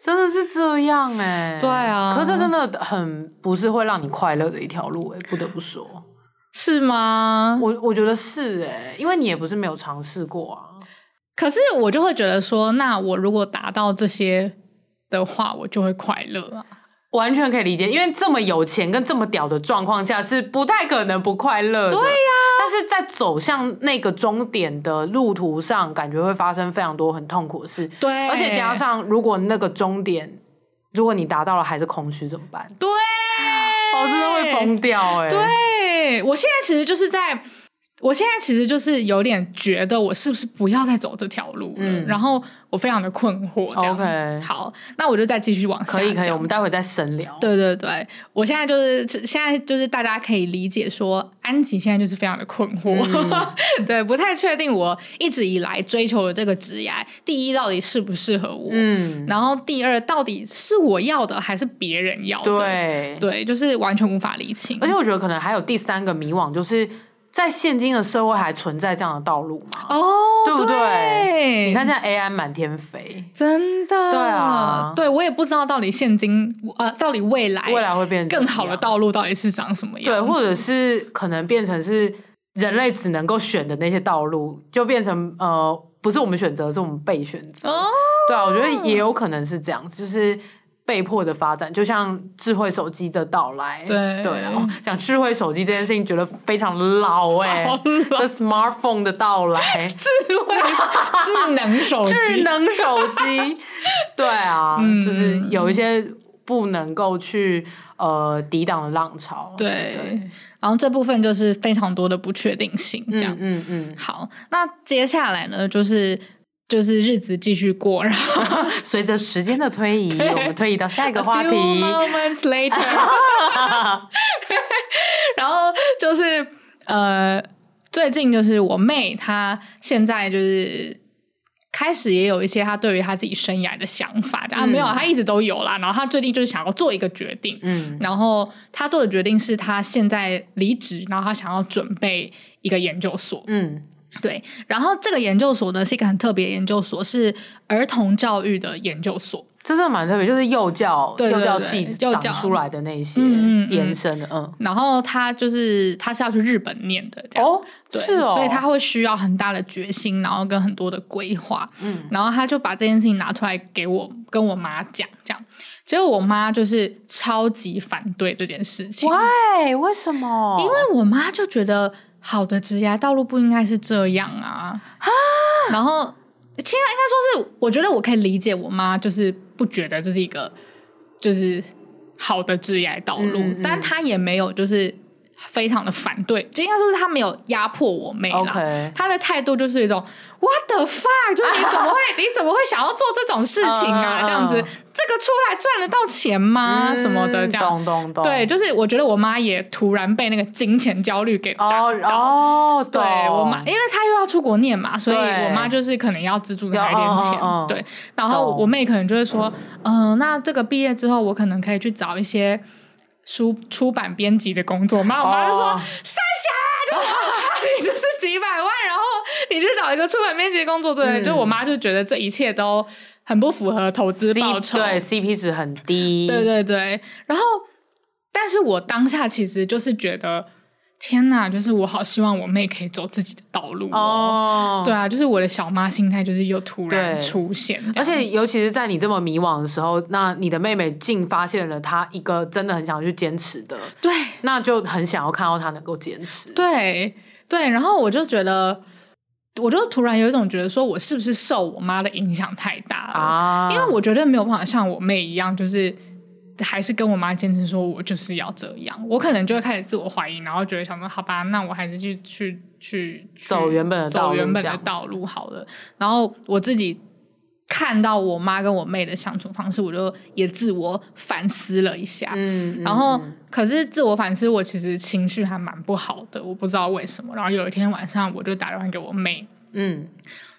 [SPEAKER 2] 真的是这样哎、
[SPEAKER 3] 对啊
[SPEAKER 2] 可是这真的很不是会让你快乐的一条路哎、不得不说，
[SPEAKER 3] 是吗？
[SPEAKER 2] 我我觉得是哎、因为你也不是没有尝试过啊，
[SPEAKER 3] 可是我就会觉得说，那我如果达到这些的话，我就会快乐啊。
[SPEAKER 2] 完全可以理解，因为这么有钱跟这么屌的状况下是不太可能不快乐的。对呀、但是在走向那个终点的路途上，感觉会发生非常多很痛苦的事，
[SPEAKER 3] 对，
[SPEAKER 2] 而且加上如果那个终点，如果你达到了还是空虚怎么办？
[SPEAKER 3] 对，
[SPEAKER 2] 我、哦真的会疯掉哎、欸！
[SPEAKER 3] 对我现在其实就是在，我现在其实就是有点觉得我是不是不要再走这条路了，
[SPEAKER 2] 嗯
[SPEAKER 3] 然后我非常的困惑这样。
[SPEAKER 2] OK
[SPEAKER 3] 好，那我就再继续往下
[SPEAKER 2] 可以可以，
[SPEAKER 3] 讲
[SPEAKER 2] 我们待会再深聊。
[SPEAKER 3] 对对对，我现在就是现在就是大家可以理解说，安吉现在就是非常的困惑，
[SPEAKER 2] 嗯
[SPEAKER 3] 对，不太确定我一直以来追求的这个职业，第一到底适不适合我，
[SPEAKER 2] 嗯，
[SPEAKER 3] 然后第二到底是我要的还是别人要的，
[SPEAKER 2] 对
[SPEAKER 3] 对，就是完全无法理清。
[SPEAKER 2] 而且我觉得可能还有第三个迷惘，就是在现今的社会还存在这样的道路吗？
[SPEAKER 3] 哦，
[SPEAKER 2] 对不对
[SPEAKER 3] 对
[SPEAKER 2] 你看现在 AI 满天飞，
[SPEAKER 3] 真的，
[SPEAKER 2] 对啊
[SPEAKER 3] 对我也不知道到底现今呃，到底未来
[SPEAKER 2] 未来会变成怎么
[SPEAKER 3] 更
[SPEAKER 2] 样
[SPEAKER 3] 好的道路到底是长什么样子？
[SPEAKER 2] 对，或者是可能变成是人类只能够选的那些道路，就变成呃，不是我们选择，是我们被选择。
[SPEAKER 3] 哦
[SPEAKER 2] 对啊，我觉得也有可能是这样，就是被迫的发展，就像智慧手机的到来。
[SPEAKER 3] 对
[SPEAKER 2] 对啊， 讲智慧手机这件事情，觉得非常老哎、
[SPEAKER 3] 好老
[SPEAKER 2] The smartphone 的到来，
[SPEAKER 3] 智慧智能手机，
[SPEAKER 2] 智能手机，对啊，
[SPEAKER 3] 嗯
[SPEAKER 2] 就是有一些不能够去呃抵挡的浪潮。
[SPEAKER 3] 对，然后这部分就是非常多的不确定性，这样。
[SPEAKER 2] 嗯嗯嗯，
[SPEAKER 3] 好，那接下来呢，就是就是日子继续过，然后
[SPEAKER 2] 随着时间的推 移，我们推移到下一个
[SPEAKER 3] a
[SPEAKER 2] 话
[SPEAKER 3] few
[SPEAKER 2] 题。
[SPEAKER 3] moments later，然后就是呃，最近就是我妹她现在就是开始也有一些她对于她自己生涯的想法，这样、
[SPEAKER 2] 嗯
[SPEAKER 3] 啊没有她一直都有啦。然后她最近就是想要做一个决定，
[SPEAKER 2] 嗯
[SPEAKER 3] 然后她做的决定是她现在离职，然后她想要准备一个研究所。
[SPEAKER 2] 嗯
[SPEAKER 3] 对，然后这个研究所呢是一个很特别的研究所，是儿童教育的研究所。
[SPEAKER 2] 这真的蛮特别，就是幼教
[SPEAKER 3] 对对
[SPEAKER 2] 幼教
[SPEAKER 3] 对
[SPEAKER 2] 系
[SPEAKER 3] 幼
[SPEAKER 2] 长
[SPEAKER 3] 教
[SPEAKER 2] 出来的那些
[SPEAKER 3] 嗯嗯嗯
[SPEAKER 2] 延伸的，嗯
[SPEAKER 3] 然后她就是她是要去日本念的，这样、
[SPEAKER 2] 哦，
[SPEAKER 3] 对，
[SPEAKER 2] 是哦，
[SPEAKER 3] 所以她会需要很大的决心，然后跟很多的规划。
[SPEAKER 2] 嗯
[SPEAKER 3] 然后他就把这件事情拿出来给我跟我妈讲，这样，结果我妈就是超级反对这件事情，
[SPEAKER 2] ，why 为什么？
[SPEAKER 3] 因为我妈就觉得好的职业道路不应该是这样啊，然后其实应该说是，我觉得我可以理解我妈就是不觉得这是一个就是好的职业道路，
[SPEAKER 2] 嗯嗯嗯
[SPEAKER 3] 但她也没有就是非常的反对，就应该说是她没有压迫我妹啦。
[SPEAKER 2] OK
[SPEAKER 3] 他的态度就是一种 What the fuck，就是你怎 么会你怎么会想要做这种事情啊？
[SPEAKER 2] 嗯嗯嗯
[SPEAKER 3] 这样子，这个出来赚得到钱吗？啊什么的
[SPEAKER 2] 嗯
[SPEAKER 3] 这样。
[SPEAKER 2] 懂懂懂，
[SPEAKER 3] 对，就是我觉得我妈也突然被那个金钱焦虑给打
[SPEAKER 2] 哦
[SPEAKER 3] 到。
[SPEAKER 2] 哦，
[SPEAKER 3] 对
[SPEAKER 2] 懂
[SPEAKER 3] 我妈，哎因为她又要出国念嘛，所以
[SPEAKER 2] 对
[SPEAKER 3] 我妈就是可能要资助她一
[SPEAKER 2] 要
[SPEAKER 3] 点
[SPEAKER 2] 嗯
[SPEAKER 3] 钱
[SPEAKER 2] 嗯嗯。
[SPEAKER 3] 对，然后
[SPEAKER 2] 懂
[SPEAKER 3] 呃我妹可能就会说，嗯、那这个毕业之后，我可能可以去找一些书出版编辑的工作吗？我妈就说：“
[SPEAKER 2] 哦
[SPEAKER 3] 三峡、就你就是几百万，然后你去找一个出版编辑的工作，对不对？”
[SPEAKER 2] 嗯
[SPEAKER 3] 就我妈就觉得这一切都很不符合投资
[SPEAKER 2] C
[SPEAKER 3] 报酬，
[SPEAKER 2] 对 CP 值很低，
[SPEAKER 3] 对对对，然后，但是我当下其实就是觉得，天哪，就是我好希望我妹可以走自己的道路
[SPEAKER 2] 哦，
[SPEAKER 3] 哦。对。啊，就是我的小妈心态，就是又突然
[SPEAKER 2] 对啊
[SPEAKER 3] 出现这
[SPEAKER 2] 而
[SPEAKER 3] 样，
[SPEAKER 2] 且，尤其是在你这么迷惘的时候，那你的妹妹竟发现了她一个真的很想去坚持的，
[SPEAKER 3] 对
[SPEAKER 2] 那就很想要看到她能够坚持。
[SPEAKER 3] 对对，然后我就觉得，我就突然有一种觉得，说我是不是受我妈的影响太大了？
[SPEAKER 2] 啊，
[SPEAKER 3] 因为我绝对没有办法像我妹一样，就是还是跟我妈坚持说我就是要这样，我可能就会开始自我怀疑，然后觉得想说，好吧，那我还是去去去去
[SPEAKER 2] 走原本的道
[SPEAKER 3] 走
[SPEAKER 2] 路
[SPEAKER 3] 原本
[SPEAKER 2] 这
[SPEAKER 3] 的
[SPEAKER 2] 样子
[SPEAKER 3] 道路好了。然后我自己看到我妈跟我妹的相处方式，我就也自我反思了一下，
[SPEAKER 2] 嗯，嗯
[SPEAKER 3] 然后
[SPEAKER 2] 嗯，
[SPEAKER 3] 可是自我反思，我其实情绪还蛮不好的，我不知道为什么。然后有一天晚上，我就打电话给我妹，
[SPEAKER 2] 嗯，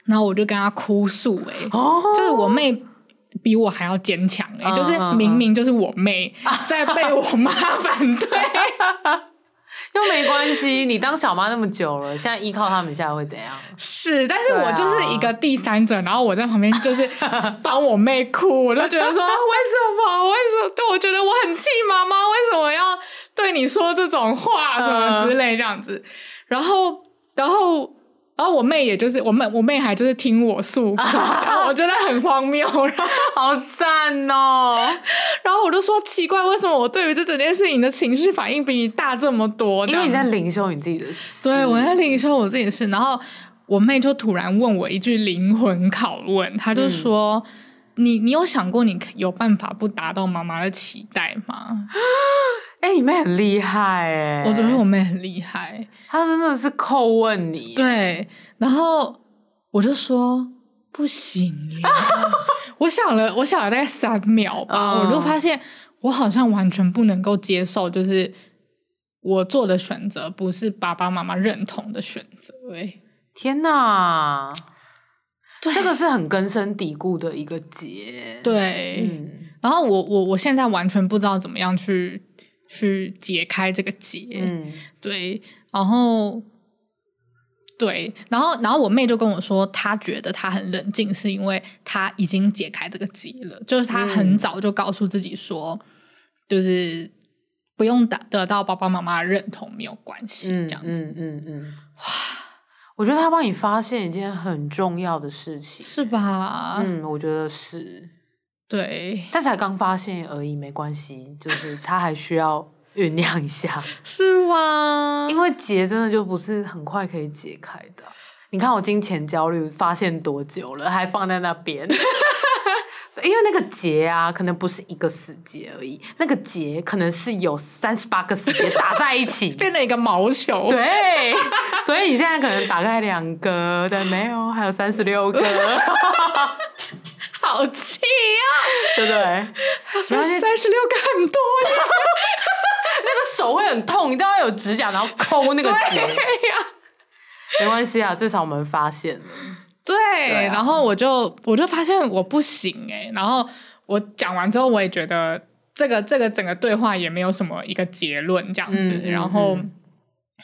[SPEAKER 3] 然后我就跟她哭诉、欸，
[SPEAKER 2] 哦，
[SPEAKER 3] 就是我妹比我还要坚强哎，
[SPEAKER 2] 嗯啊
[SPEAKER 3] 就是明明就是我妹在 被我妈反对，
[SPEAKER 2] 又没关系，你当小妈那么久了，现在依靠他们一下会怎 样？
[SPEAKER 3] 是，但
[SPEAKER 2] 啊
[SPEAKER 3] 是我就是一个第三者，然后我在旁边就是 帮我妹哭，我就觉得说为什么？为什么？对我觉得我很气妈妈，为什么要对你说这种话什
[SPEAKER 2] 嗯
[SPEAKER 3] 么之类这样子？然后，然后。然后我妹也就是我妹，我妹还就是听我诉苦， 这样我觉得很荒谬。然后
[SPEAKER 2] 好赞哦！
[SPEAKER 3] 然后我就说奇怪，为什么我对于这整件事情的情绪反应比你大这么 多？
[SPEAKER 2] 因为你
[SPEAKER 3] 这
[SPEAKER 2] 在
[SPEAKER 3] 样
[SPEAKER 2] 领袖你自己的事，
[SPEAKER 3] 对我在领受我自己的事，然后我妹就突然问我一句灵魂拷问，她
[SPEAKER 2] 嗯
[SPEAKER 3] 就说。你你有想过你有办法不达到妈妈的期待吗？
[SPEAKER 2] 哎、你妹很厉害哎、
[SPEAKER 3] 我觉得我妹很厉害，
[SPEAKER 2] 她真的是叩问你，，
[SPEAKER 3] 对。然后我就说不行 耶，我想了，我想了大概三秒吧，
[SPEAKER 2] 嗯
[SPEAKER 3] 我就发现我好像完全不能够接受，就是我做的选择不是爸爸妈妈认同的选择、欸。
[SPEAKER 2] 天哪，
[SPEAKER 3] 对
[SPEAKER 2] 这个是很根深蒂固的一个结，，
[SPEAKER 3] 对，
[SPEAKER 2] 嗯
[SPEAKER 3] 然后我我我现在完全不知道怎么样去去解开这个结，
[SPEAKER 2] 嗯，
[SPEAKER 3] 对，然后对，然后然后我妹就跟我说，她觉得她很冷静，是因为她已经解开这个结了，就是她很
[SPEAKER 2] 嗯
[SPEAKER 3] 早就告诉自己说，就是不用得得到爸爸妈妈的认同没有关系，
[SPEAKER 2] 嗯
[SPEAKER 3] 这样子、
[SPEAKER 2] 嗯嗯嗯，哇，我觉得她帮你发现一件很重要的事情，
[SPEAKER 3] 是吧？
[SPEAKER 2] 嗯，我觉得是，
[SPEAKER 3] 对，
[SPEAKER 2] 但才刚发现而已，没关系，就是她还需要酝酿一下。
[SPEAKER 3] 是吧？
[SPEAKER 2] 因为结真的就不是很快可以解开的。你看我金钱焦虑发现多久了，还放在那边。 因为那个结啊，可能不是一个死结而已，那个结可能是有三十八个死结打在一 起。
[SPEAKER 3] 变成一个 毛球，
[SPEAKER 2] 对，所以你现在可能打开两个，对，没有，还有三十六 个，
[SPEAKER 3] 好气呀、
[SPEAKER 2] 对不对？
[SPEAKER 3] 啊！三三十六个很多呀、
[SPEAKER 2] 那个手会很痛，你都要有指甲，然后抠那个结。
[SPEAKER 3] 对呀、
[SPEAKER 2] 没关系啊，至少我们发现了。
[SPEAKER 3] 对，
[SPEAKER 2] 对啊
[SPEAKER 3] 然后我就我就发现我不行哎、然后我讲完之后，我也觉得这个这个整个对话也没有什么一个结论这样子，
[SPEAKER 2] 嗯嗯
[SPEAKER 3] 然后、
[SPEAKER 2] 嗯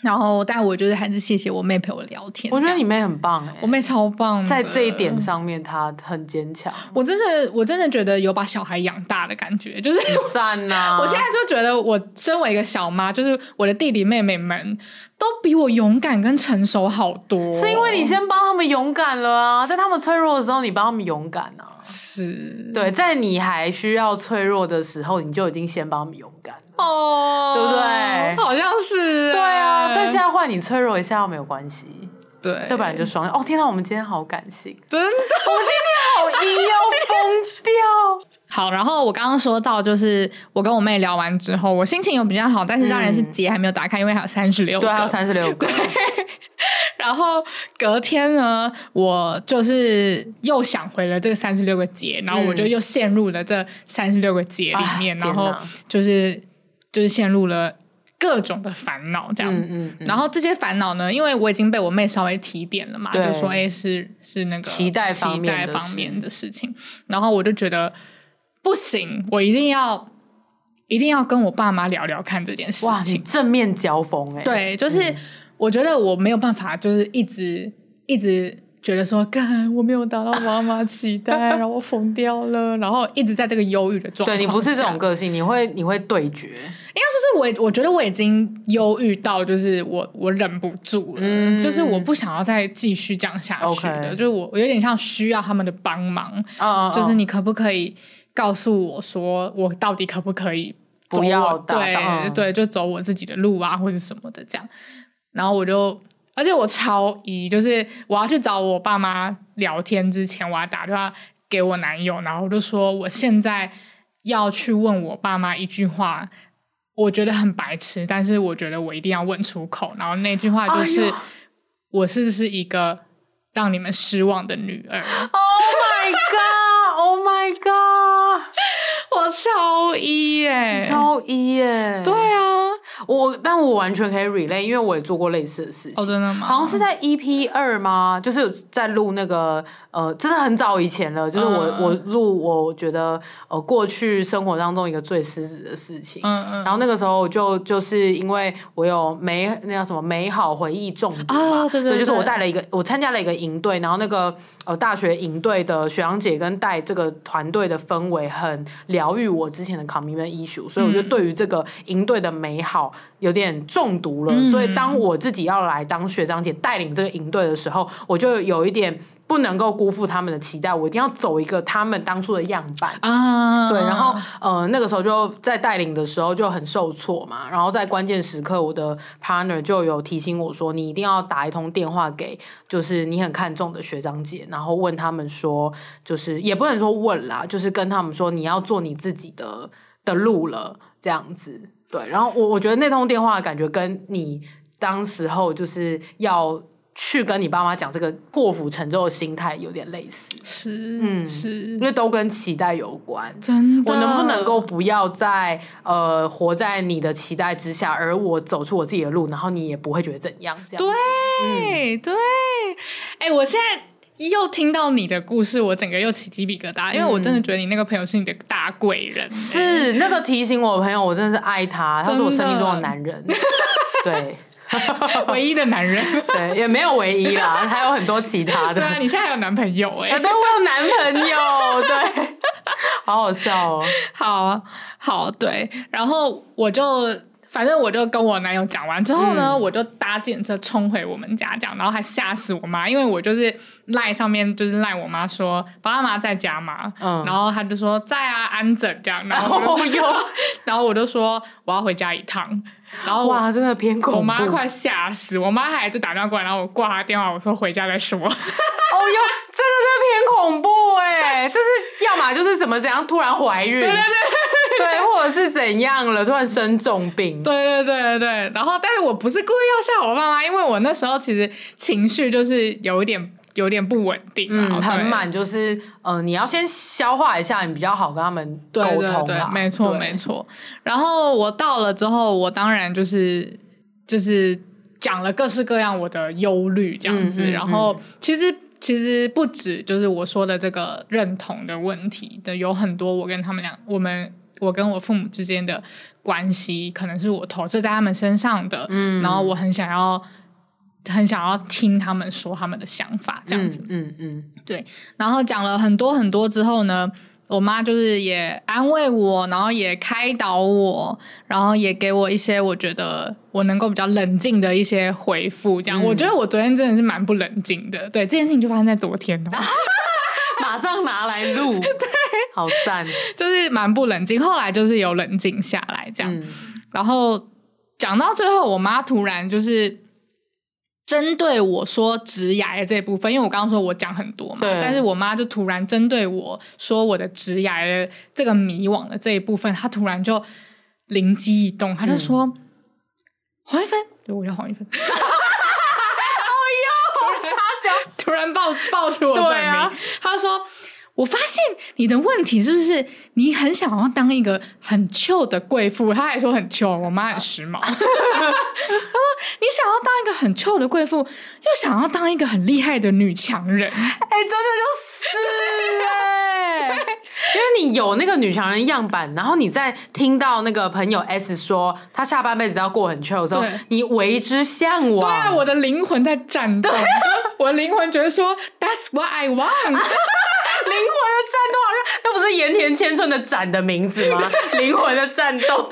[SPEAKER 3] 然后但我就是还是谢谢我妹陪我聊天，
[SPEAKER 2] 我觉得你
[SPEAKER 3] 妹
[SPEAKER 2] 妹很棒哎、
[SPEAKER 3] 我妹超棒，
[SPEAKER 2] 在这一点。上面，她很坚 强。
[SPEAKER 3] 我真的，我真的觉得有把小孩养大的感觉，就是
[SPEAKER 2] 嗯赞啊呐、
[SPEAKER 3] 我现在就觉得，我身为一个小妈，就是我的弟弟妹妹们都比我勇敢跟成熟好多。
[SPEAKER 2] 是因为你先帮他们勇敢了啊，在他们脆弱的时候，你帮他们勇敢啊。
[SPEAKER 3] 是
[SPEAKER 2] 对，在你还需要脆弱的时候，你就已经先帮他们勇敢了。
[SPEAKER 3] 哦，
[SPEAKER 2] 对不对
[SPEAKER 3] 好像是欸、
[SPEAKER 2] 对啊，所以现在换你脆弱一下没有关系，
[SPEAKER 3] 对，
[SPEAKER 2] 这本来就双哦，天哪，我们今天好感性，
[SPEAKER 3] 真的
[SPEAKER 2] 我们今天好阴 要哦疯掉。
[SPEAKER 3] 好。然后我刚刚说到，就是我跟我妹聊完之后，我心情有比较好，但是当然是结还没有打开，因为还有三十六个。
[SPEAKER 2] 对，
[SPEAKER 3] 啊
[SPEAKER 2] 啊还有三十六个，
[SPEAKER 3] 然后隔天呢，我就是又想回了这三十六个结，然后我就又陷入了这三十六个结里面，
[SPEAKER 2] 哎
[SPEAKER 3] 然后
[SPEAKER 2] 天哪
[SPEAKER 3] 就是就是陷入了各种的烦恼这样子。
[SPEAKER 2] 嗯嗯嗯，
[SPEAKER 3] 然后这些烦恼呢，因为我已经被我妹稍微提点了嘛，
[SPEAKER 2] 对
[SPEAKER 3] 就说哎是是那个
[SPEAKER 2] 期待
[SPEAKER 3] 期
[SPEAKER 2] 方面的
[SPEAKER 3] 待
[SPEAKER 2] 事
[SPEAKER 3] 方面的事情，然后我就觉得不行，我一定要一定要跟我爸妈聊聊看这件事
[SPEAKER 2] 哇，你
[SPEAKER 3] 情。
[SPEAKER 2] 正面交锋哎、，
[SPEAKER 3] 对，就是我觉得我没有办法，就是一直一直觉得说，干我没有达到妈妈期 待，然后我疯掉了，然后一直在这个忧郁的状况
[SPEAKER 2] 对
[SPEAKER 3] 下。
[SPEAKER 2] 你不是这种
[SPEAKER 3] 应
[SPEAKER 2] 个性，你会你会对决，
[SPEAKER 3] 该说是我，我觉得我已经忧郁到，就是我我忍不住了，
[SPEAKER 2] 嗯
[SPEAKER 3] 就是我不想要再继续这样下去了
[SPEAKER 2] OK
[SPEAKER 3] 就是我我有点像需要他们的帮忙，
[SPEAKER 2] 嗯，嗯
[SPEAKER 3] 就是你可不可以告诉我说，我到底可不可以走我
[SPEAKER 2] 不要嗯搭档
[SPEAKER 3] 对对，就走我自己的路啊，或者什么的这样。然后我就，而且我超疑，就是我要去找我爸妈聊天之前，我要打电话给我男友，然后我就说我现在要去问我爸妈一句话。我觉得很白痴，但是我觉得我一定要问出口。然后那句话就是：“
[SPEAKER 2] 哎呦
[SPEAKER 3] 我是不是一个让你们失望的女儿？”
[SPEAKER 2] Oh my god! Oh my god!
[SPEAKER 3] 我超一耶、
[SPEAKER 2] 超一耶、
[SPEAKER 3] 对啊，
[SPEAKER 2] 我但我完全可以 relate，因为我也做过类似的事情。
[SPEAKER 3] 哦真的吗？
[SPEAKER 2] 好像是在 EP 二吗？就是有在录那个呃，真的很早以前了。就是我、
[SPEAKER 3] 嗯
[SPEAKER 2] 我录我觉得呃过去生活当中一个最失职的事情。
[SPEAKER 3] 嗯嗯，
[SPEAKER 2] 然后那个时候就就是因为我有美那叫什么美好回忆重读嘛，
[SPEAKER 3] 哦对对对
[SPEAKER 2] 就是我带了一个我参加了一个营队，然后那个呃大学营队的学长姐跟带这个团队的氛围很疗愈我之前的 commitment issue，所以我就
[SPEAKER 3] 嗯
[SPEAKER 2] 对于这个营队的美好有点中毒了，
[SPEAKER 3] 嗯
[SPEAKER 2] 所以当我自己要来当学长姐带领这个营队的时候，我就有一点。不能够辜负他们的期待，我一定要走一个他们当初的样板。
[SPEAKER 3] 啊，
[SPEAKER 2] 对，然后呃，那个时候就在带领的时候就很受挫嘛，然后在关键时刻，我的 partner 就有提醒我说，你一定要打一通电话给就是你很看重的学长姐，然后问他们说，就是也不能说问啦，就是跟他们说你要做你自己的的路了，这样子。对，然后我我觉得那通电话的感觉跟你当时候就是要。去跟你爸妈讲这个破釜沉舟的心态有点类似，
[SPEAKER 3] 是
[SPEAKER 2] 嗯
[SPEAKER 3] 是
[SPEAKER 2] 因，为都跟期待有关。
[SPEAKER 3] 真的，
[SPEAKER 2] 我能不能够不要再呃活在你的期待之下，而我走出我自己的路，然后你也不会觉得怎样？这样
[SPEAKER 3] 对
[SPEAKER 2] 子，嗯
[SPEAKER 3] 对？哎，我现在。又听到你的故事，我整个又起鸡皮疙瘩，因为我真的觉得你那个朋友是你的大贵人、
[SPEAKER 2] 嗯是那个提醒我的朋友，我真的是爱他，他是我
[SPEAKER 3] 真的
[SPEAKER 2] 生命中的男 人。对啊
[SPEAKER 3] 哎唯一的男人。
[SPEAKER 2] 对，也没有唯一 啦，还有很多其他的。
[SPEAKER 3] 对啊，你现在还有男朋友哎、
[SPEAKER 2] 啊对，我有男朋 友，对，好好笑哦。
[SPEAKER 3] 好好对，然后我就反正我就跟我男友讲完之后呢，
[SPEAKER 2] 嗯
[SPEAKER 3] 我就搭自行车冲回我们家讲，然后还吓死我妈，因为我就是赖上面就是赖我妈说爸妈在家嘛，
[SPEAKER 2] 嗯哦
[SPEAKER 3] 然后她就说在啊安整这样，然
[SPEAKER 2] 然
[SPEAKER 3] 后
[SPEAKER 2] 后
[SPEAKER 3] 我就
[SPEAKER 2] 又
[SPEAKER 3] 说、然后我就说我要回家一趟，然后我
[SPEAKER 2] 哇，真的偏恐怖。
[SPEAKER 3] 哦我妈快吓死，我妈还就打电话过来，然后我挂她电话，我说回家再说。
[SPEAKER 2] 哦哟，这个真的偏恐怖 哎、这是要么就是怎么怎样突然怀孕，对对对，或者是怎样了，突然生重病，
[SPEAKER 3] 对对对对对，然后但是我不是故意要吓我爸妈，因为我那时候其实情绪就是有一点有点不稳定啊，
[SPEAKER 2] 嗯，
[SPEAKER 3] 对
[SPEAKER 2] 很满，就是呃，你要先消化一下，你比较好跟他们沟
[SPEAKER 3] 对
[SPEAKER 2] 通
[SPEAKER 3] 对
[SPEAKER 2] 啦
[SPEAKER 3] 对，没错
[SPEAKER 2] 对
[SPEAKER 3] 没错。然后我到了之后，我当然就是就是讲了各式各样我的忧虑这样子，
[SPEAKER 2] 嗯嗯
[SPEAKER 3] 然后其实。其实不止就是我说的这个认同的问题的，有很多我跟他们俩，我们我跟我父母之间的关系，可能是我投射在他们身上的，
[SPEAKER 2] 嗯
[SPEAKER 3] 然后我很想要很想要听他们说他们的想法这样子，，
[SPEAKER 2] 嗯嗯
[SPEAKER 3] 然后讲了很多很多之后呢，我妈就是也安慰我，然后也开导我，然后也给我一些我觉得我能够比较冷静的一些回复。这样，
[SPEAKER 2] 嗯
[SPEAKER 3] 我觉得我昨天真的是蛮不冷静的。对，这件事情就发生在昨天哦，
[SPEAKER 2] 嗯，马上拿来录，对，好赞，
[SPEAKER 3] 就是蛮不冷静。后来就是有冷静下来，这样。
[SPEAKER 2] 嗯
[SPEAKER 3] 然后讲到最后，我妈突然就是针对我说植牙的这部分，因为我刚刚说我讲很多嘛，
[SPEAKER 2] 对
[SPEAKER 3] 但是我妈就突然针对我说我的植牙的这个迷惘的这一部分，她突然就灵机一动，她就说：“黄一芬，哎对我叫黄一 芬。” 突然爆爆出我本
[SPEAKER 2] 对
[SPEAKER 3] 名，
[SPEAKER 2] 啊
[SPEAKER 3] 她说：“我发现你的问题是不是你很想要当一个很旧的贵妇？她还说很旧，我妈很时 髦。她说你想要当一个很旧的贵妇，又想要当一个很厉害的女强人。
[SPEAKER 2] 哎、真的就是哎、因为你有那个女强人样板，然后你在听到那个朋友 S 说她下半辈子要过很 chill 的时候
[SPEAKER 3] 对，
[SPEAKER 2] 你为之向往。
[SPEAKER 3] 对啊，我的灵魂在战 斗，就是我的灵魂觉得说 That's what I want，
[SPEAKER 2] 灵魂的战斗好像那不是盐田千春的展的名字 吗？灵魂的战斗，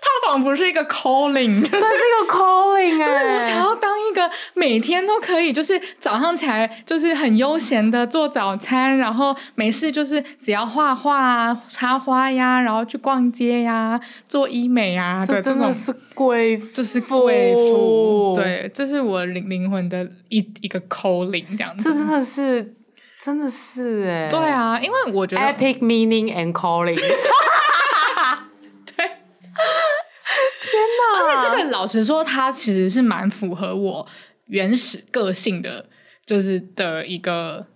[SPEAKER 3] 它仿佛是一个 calling，就
[SPEAKER 2] 这
[SPEAKER 3] 是
[SPEAKER 2] 是一个 calling
[SPEAKER 3] 就是
[SPEAKER 2] 哎、
[SPEAKER 3] 我想要当一个每天都可以，就是早上起来就是很悠闲的做早餐，然后没事就是只要画画啊、插花呀，然后去逛街呀、做医美啊
[SPEAKER 2] 这
[SPEAKER 3] 的这
[SPEAKER 2] 真的
[SPEAKER 3] 种，
[SPEAKER 2] 是贵妇，
[SPEAKER 3] 就是贵妇。对，这是我灵灵魂的一一个 calling 这样
[SPEAKER 2] 这
[SPEAKER 3] 子。
[SPEAKER 2] 真的是，真的是哎、
[SPEAKER 3] 对啊，因为我觉得
[SPEAKER 2] ，epic meaning and calling，
[SPEAKER 3] 对，天
[SPEAKER 2] 啊
[SPEAKER 3] 哪！而且这个老实说，它其实是蛮符合我原始个性的，就是的一个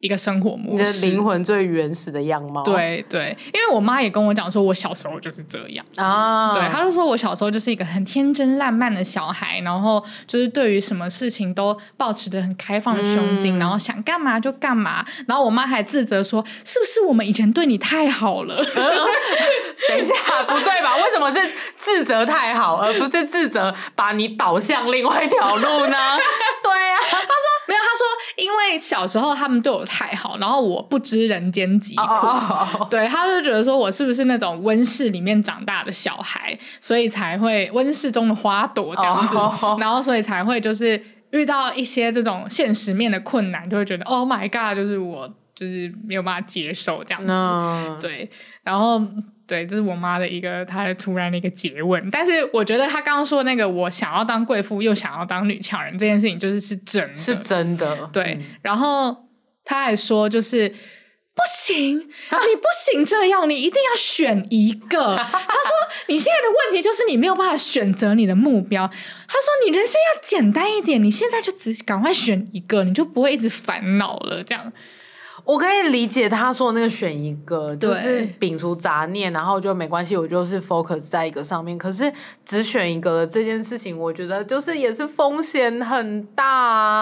[SPEAKER 3] 一个生活
[SPEAKER 2] 你
[SPEAKER 3] 模
[SPEAKER 2] 的
[SPEAKER 3] 式。
[SPEAKER 2] 灵魂最原始的样貌。
[SPEAKER 3] 对对，因为我妈也跟我讲说，我小时候就是这样。
[SPEAKER 2] 啊，
[SPEAKER 3] 对，她就说我小时候就是一个很天真烂漫的小孩，然后就是对于什么事情都保持着很开放的胸襟，
[SPEAKER 2] 嗯
[SPEAKER 3] 然后想干嘛就干嘛。然后我妈还自责说，是不是我们以前对你太好了？
[SPEAKER 2] 等一下，不对吧？为什么是自责太好，而不是自责把你导向另外一条路 呢？对啊，
[SPEAKER 3] 没有，她说因为小时候他们对我太好，然后我不知人间疾苦。
[SPEAKER 2] 哦
[SPEAKER 3] 对，他就觉得说我是不是那种温室里面长大的小孩，所以才会温室中的花朵这样子
[SPEAKER 2] 哦
[SPEAKER 3] 然后所以才会就是遇到一些这种现实面的困难，就会觉得 Oh my God，就是我就是没有办法接受这样子。
[SPEAKER 2] 那
[SPEAKER 3] 对，然后对，这是我妈的一个她突然的一个诘问，但是我觉得她刚刚说那个我想要当贵妇又想要当女强人这件事情，就是是真的，
[SPEAKER 2] 是真的，
[SPEAKER 3] 对，
[SPEAKER 2] 嗯
[SPEAKER 3] 然后他还说就是。不 行，你不行这样，你一定要选一 个。他说你现在的问题就是你没有办法选择你的目标。他说你人生要简单一点，你现在就只赶快选一个，你就不会一直烦恼了。这样
[SPEAKER 2] 我可以理解他说的那个选一个，
[SPEAKER 3] 对
[SPEAKER 2] 就是摒除杂念，然后就没关系，我就是 focus 在一个上面。可是只选一个的这件事情，我觉得就是也是风险很大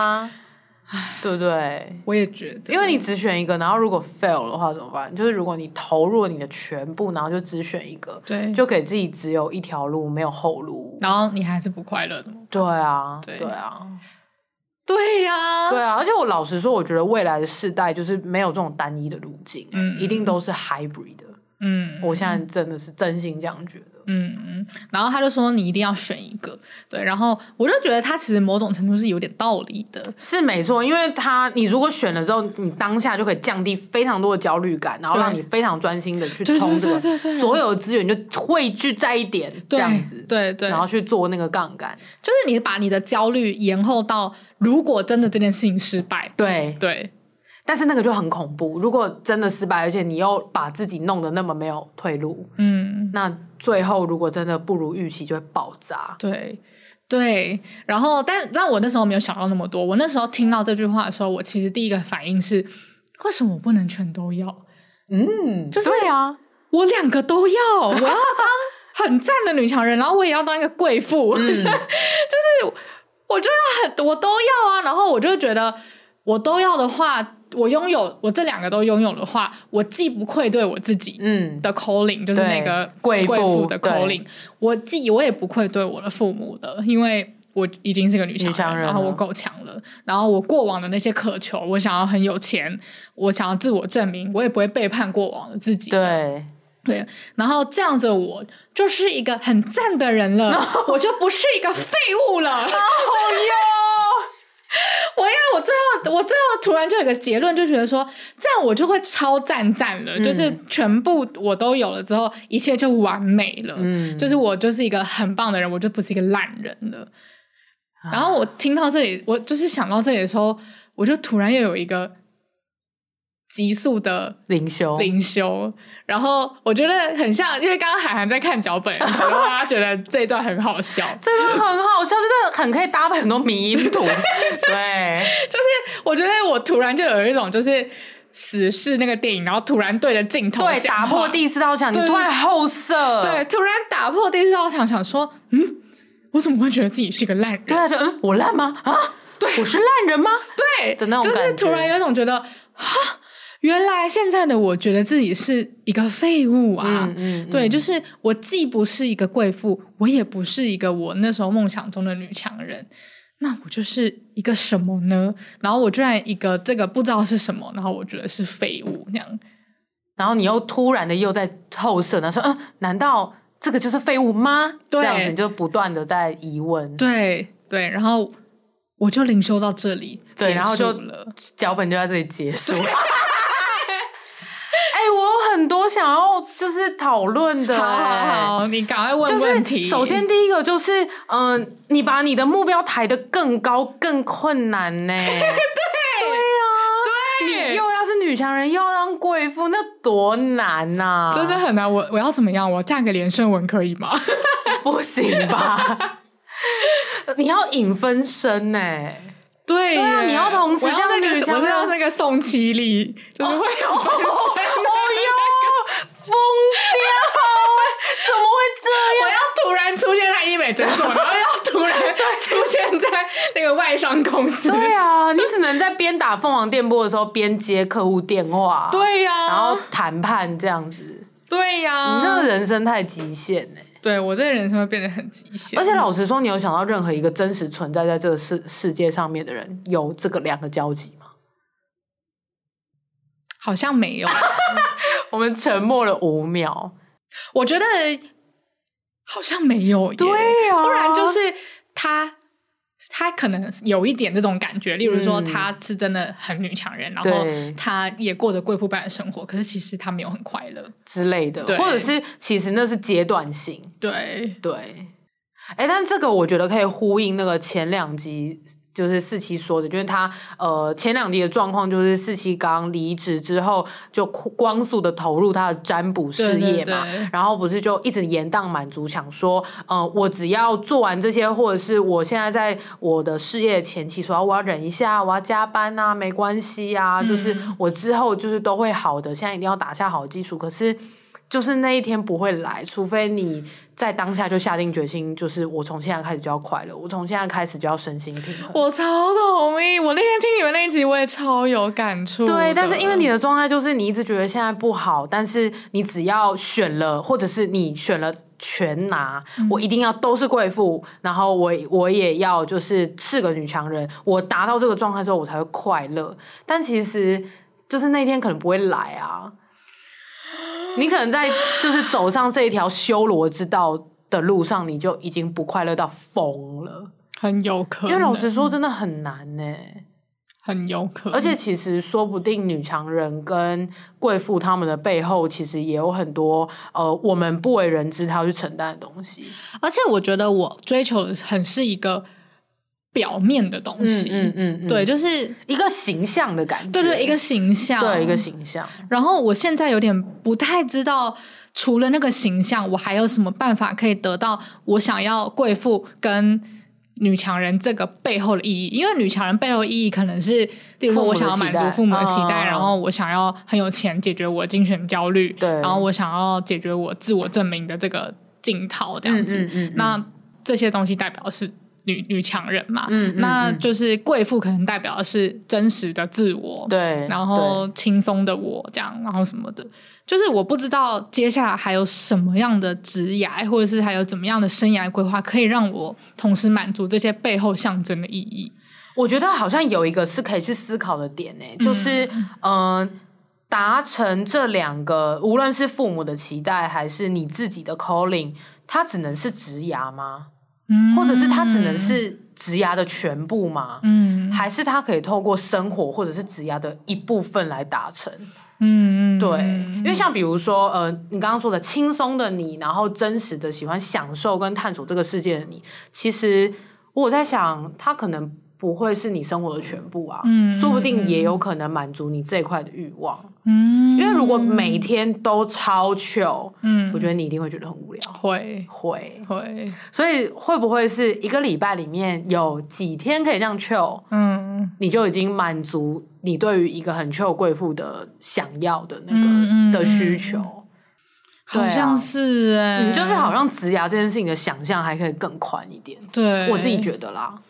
[SPEAKER 2] 啊，对不对？
[SPEAKER 3] 我也觉得，
[SPEAKER 2] 因为你只选一个，然后如果 fail 的话怎么办？就是如果你投入了你的全部，然后就只选一个，
[SPEAKER 3] 对，
[SPEAKER 2] 就给自己只有一条路，没有后路。
[SPEAKER 3] 然后你还是不快乐的吗。
[SPEAKER 2] 对啊，
[SPEAKER 3] 对
[SPEAKER 2] 对啊，
[SPEAKER 3] 对呀、
[SPEAKER 2] 对啊，而且我老实说，我觉得未来的世代就是没有这种单一的路径，
[SPEAKER 3] 嗯
[SPEAKER 2] 一定都是 hybrid 的。
[SPEAKER 3] 嗯，
[SPEAKER 2] 我现在真的是真心这样觉得。
[SPEAKER 3] 嗯嗯，然后他就说你一定要选一个，对，然后我就觉得他其实某种程度是有点道理的，
[SPEAKER 2] 是没错，因为他你如果选了之后，你当下就可以降低非常多的焦虑感，然后
[SPEAKER 3] 对
[SPEAKER 2] 让你非常专心的去
[SPEAKER 3] 对对
[SPEAKER 2] 冲这个，
[SPEAKER 3] 对对对
[SPEAKER 2] 所有资源就汇聚在一点这
[SPEAKER 3] 对
[SPEAKER 2] 样子，
[SPEAKER 3] 对对，
[SPEAKER 2] 然后去做那个杠杆，
[SPEAKER 3] 就是你把你的焦虑延后到，如果真的这件事情失败，
[SPEAKER 2] 对。
[SPEAKER 3] 对
[SPEAKER 2] 但是那个就很恐怖，如果真的失败，而且你又把自己弄得那么没有退路，
[SPEAKER 3] 嗯，
[SPEAKER 2] 那最后如果真的不如预期，就会爆炸。
[SPEAKER 3] 对对。然后，但但我那时候没有想到那么多。我那时候听到这句话的时候，我其实第一个反应是，为什么我不能全都要？
[SPEAKER 2] 嗯，
[SPEAKER 3] 就是
[SPEAKER 2] 对啊，
[SPEAKER 3] 我两个都要，我要当很赞的女强人，然后我也要当一个贵妇，
[SPEAKER 2] 嗯
[SPEAKER 3] 就是 我就要很我都要啊。然后我就觉得，我都要的话，我拥有我这两个都拥有的话，我既不愧对我自己，
[SPEAKER 2] 嗯，
[SPEAKER 3] 的 calling，就是
[SPEAKER 2] 对
[SPEAKER 3] 那个
[SPEAKER 2] 贵妇
[SPEAKER 3] 妇的
[SPEAKER 2] 对
[SPEAKER 3] calling。我既我也不愧对我的父母的，因为我已经是个女强
[SPEAKER 2] 女强人
[SPEAKER 3] 然后
[SPEAKER 2] 了
[SPEAKER 3] 我够强了，然后我过往的那些渴求，我想要很有钱，我想要自我证明，我也不会背叛过往的自己。
[SPEAKER 2] 对，
[SPEAKER 3] 对，然后这样子我就是一个很赞的人了我就不是一个废物了。哦 哟！我因为我最后我最后突然就有个结论，就觉得说这样我就会超赞赞了，就是全部我都有了之后，一切就完美了。
[SPEAKER 2] 嗯，
[SPEAKER 3] 就是我就是一个很棒的人，我就不是一个烂人了。然后我听到这里，我就是想到这里的时候，我就突然又有一个急速的
[SPEAKER 2] 灵修，
[SPEAKER 3] 灵修，然后我觉得很像，因为刚刚韩寒在看脚本的时候，他觉得这一段很好笑，
[SPEAKER 2] 这个很好笑，就是很可以搭配很多迷因图。对，
[SPEAKER 3] 就是我觉得我突然就有一种就是死侍那个电影，然后突然对着镜头
[SPEAKER 2] 对，
[SPEAKER 3] 讲话
[SPEAKER 2] 打破，第四道墙，你
[SPEAKER 3] 对
[SPEAKER 2] 突然后射，
[SPEAKER 3] 对，突然打破第四道墙，想说，嗯，我怎么会觉得自己是个烂人？
[SPEAKER 2] 对啊，就嗯，我烂吗？啊，我是烂人吗？
[SPEAKER 3] 对
[SPEAKER 2] 的那种
[SPEAKER 3] 就是
[SPEAKER 2] 感觉
[SPEAKER 3] 突然有一种觉得，哈，原来现在的我觉得自己是一个废物啊。
[SPEAKER 2] 嗯嗯，
[SPEAKER 3] 对，
[SPEAKER 2] 嗯
[SPEAKER 3] 就是我既不是一个贵妇，我也不是一个我那时候梦想中的女强人，那我就是一个什么呢？然后我居然一个这个不知道是什么，然后我觉得是废物那样。
[SPEAKER 2] 然后你又突然的又在后设，然后说，嗯，难道这个就是废物吗？
[SPEAKER 3] 对
[SPEAKER 2] 这样子你就不断的在疑问，
[SPEAKER 3] 对对，然后我就领修到这里，
[SPEAKER 2] 对
[SPEAKER 3] 结
[SPEAKER 2] 然后就
[SPEAKER 3] 束了。
[SPEAKER 2] 脚本就在这里结束。哎，我有很多想要就是讨论的、
[SPEAKER 3] 好
[SPEAKER 2] 哎
[SPEAKER 3] 好好，你赶快问问
[SPEAKER 2] 就
[SPEAKER 3] 题。
[SPEAKER 2] 是首先第一个就是，嗯、你把你的目标抬得更高、更困难 呢、对，对啊，
[SPEAKER 3] 对
[SPEAKER 2] 你又要是女强人，又要当贵妇，那多难呐、
[SPEAKER 3] 真的很难，我我要怎么样？我嫁给连胜文可以 吗？
[SPEAKER 2] 不行吧？ 你要引分身呢、
[SPEAKER 3] 对耶，
[SPEAKER 2] 对啊你要同时
[SPEAKER 3] 我要
[SPEAKER 2] 这样
[SPEAKER 3] 那
[SPEAKER 2] 女
[SPEAKER 3] 个，
[SPEAKER 2] 强
[SPEAKER 3] 我是
[SPEAKER 2] 人哦
[SPEAKER 3] 要那个宋其力，就是会有分身。
[SPEAKER 2] 疯掉、欸怎么会这
[SPEAKER 3] 我
[SPEAKER 2] 样？
[SPEAKER 3] 要突然出现在医美诊 所，然后要突然出现在那个外商公司。
[SPEAKER 2] 对啊，你只能在边打凤凰电波的时候边接客户电话，、
[SPEAKER 3] 对呀、
[SPEAKER 2] 啊然后谈判这样子，
[SPEAKER 3] 对呀、
[SPEAKER 2] 你那个人生太极限呢、
[SPEAKER 3] 对我这人生会变得很极限，
[SPEAKER 2] 而且老实说，你有想到任何一个真实存在在这个世世界上面的人有这个两个交集吗？
[SPEAKER 3] 好像没有。
[SPEAKER 2] 我们沉默了五秒。
[SPEAKER 3] 我觉得好像没有耶，
[SPEAKER 2] 对啊
[SPEAKER 3] 不然就是他。他可能有一点这种感觉，例如说
[SPEAKER 2] 嗯
[SPEAKER 3] 他是真的很女强人，然后
[SPEAKER 2] 对
[SPEAKER 3] 他也过着贵妇般的生活，可是其实他没有很快乐。
[SPEAKER 2] 之类的，
[SPEAKER 3] 对
[SPEAKER 2] 或者是其实那是阶段性，
[SPEAKER 3] 对，
[SPEAKER 2] 对。哎，但这个我觉得可以呼应那个前两集，就是四七说的，就是他呃前两集的状况就是四七刚离职之后就光速的投入他的占卜事业嘛，
[SPEAKER 3] 对对对
[SPEAKER 2] 然后不是就一直延宕满足，想说，嗯、我只要做完这些，或者是我现在在我的事业前期，说啊我要忍一下，我要加班啊，没关系啊，
[SPEAKER 3] 嗯
[SPEAKER 2] 就是我之后就是都会好的，现在一定要打下好基础。可是就是那一天不会来，除非你在当下就下定决心，就是我从现在开始就要快乐，我从现在开始就要身心平 衡。
[SPEAKER 3] 我超同意。我那天听你们那一集，我也超有感触的。
[SPEAKER 2] 对，但是因为你的状态就是你一直觉得现在不好，但是你只要选了，或者是你选了全拿，我一定要都是贵妇，然后我我也要就是是个女强人，我达到这个状态之后我才会快乐。但其实就是那天可能不会来啊，你可能在就是走上这一条修罗之道的路上，你就已经不快乐到疯了。
[SPEAKER 3] 很有可
[SPEAKER 2] 因
[SPEAKER 3] 能，
[SPEAKER 2] 为老实说，真的很难呢、欸
[SPEAKER 3] 很有可能，
[SPEAKER 2] 而且其实说不定女强人跟贵妇她们的背后，其实也有很多呃我们不为人知，她要去承担的东西。
[SPEAKER 3] 而且我觉得我追求的很是一个表面的东西。
[SPEAKER 2] 嗯
[SPEAKER 3] 对，，就是
[SPEAKER 2] 一个形象的感觉，
[SPEAKER 3] 对对，一个形象，
[SPEAKER 2] 对一个形象，
[SPEAKER 3] 然后我现在有点不太知道，除了那个形象，我还有什么办法可以得到我想要贵妇跟女强人这个背后的意义？因为女强人背后的意义可能是，例如说
[SPEAKER 2] 父母的
[SPEAKER 3] 我想要满足父母的期
[SPEAKER 2] 期
[SPEAKER 3] 待，
[SPEAKER 2] 待嗯
[SPEAKER 3] 然后我想要很有钱解决我的精神焦虑，
[SPEAKER 2] 对
[SPEAKER 3] 然后我想要解决我自我证明的这个镜头这样子。
[SPEAKER 2] 嗯嗯嗯
[SPEAKER 3] 那这些东西代表是。女女强人嘛，
[SPEAKER 2] 嗯嗯嗯
[SPEAKER 3] 那就是贵妇，可能代表的是真实的自我，
[SPEAKER 2] 对，
[SPEAKER 3] 然后轻松的我这样，然后什么的，就是我不知道接下来还有什么样的职涯，或者是还有怎么样的生涯规划，可以让我同时满足这些背后象征的意义。
[SPEAKER 2] 我觉得好像有一个是可以去思考的点呢、就是嗯。呃达成这两个，无论是父母的期待，还是你自己的 calling，它只能是职涯吗？
[SPEAKER 3] 嗯
[SPEAKER 2] 或者是它只能，是职涯的全部吗？
[SPEAKER 3] 嗯
[SPEAKER 2] 还是他可以透过生活或者是职涯的一部分来达成。
[SPEAKER 3] 嗯嗯，
[SPEAKER 2] 对，因为像比如说，呃，你刚刚说的轻松的你，然后真实的喜欢享受跟探索这个世界的你，其实我在想，他可能不会是你生活的全部啊，
[SPEAKER 3] 嗯
[SPEAKER 2] 说不定也有可能满足你这一块的欲望。
[SPEAKER 3] 嗯，
[SPEAKER 2] 因为如果每天都超糗，
[SPEAKER 3] 嗯，
[SPEAKER 2] 我觉得你一定会觉得很无聊。
[SPEAKER 3] 会
[SPEAKER 2] 会，
[SPEAKER 3] 会，
[SPEAKER 2] 所以会不会是一个礼拜里面有几天可以这样 chill？
[SPEAKER 3] 嗯
[SPEAKER 2] 你就已经满足你对于一个很旧贵妇的想要的那个、
[SPEAKER 3] 嗯嗯
[SPEAKER 2] 的需求，对啊
[SPEAKER 3] 好像是哎、
[SPEAKER 2] 你就是好像植牙这件事情的想象还可以更宽一点，
[SPEAKER 3] 对
[SPEAKER 2] 我自己觉得啦。嗯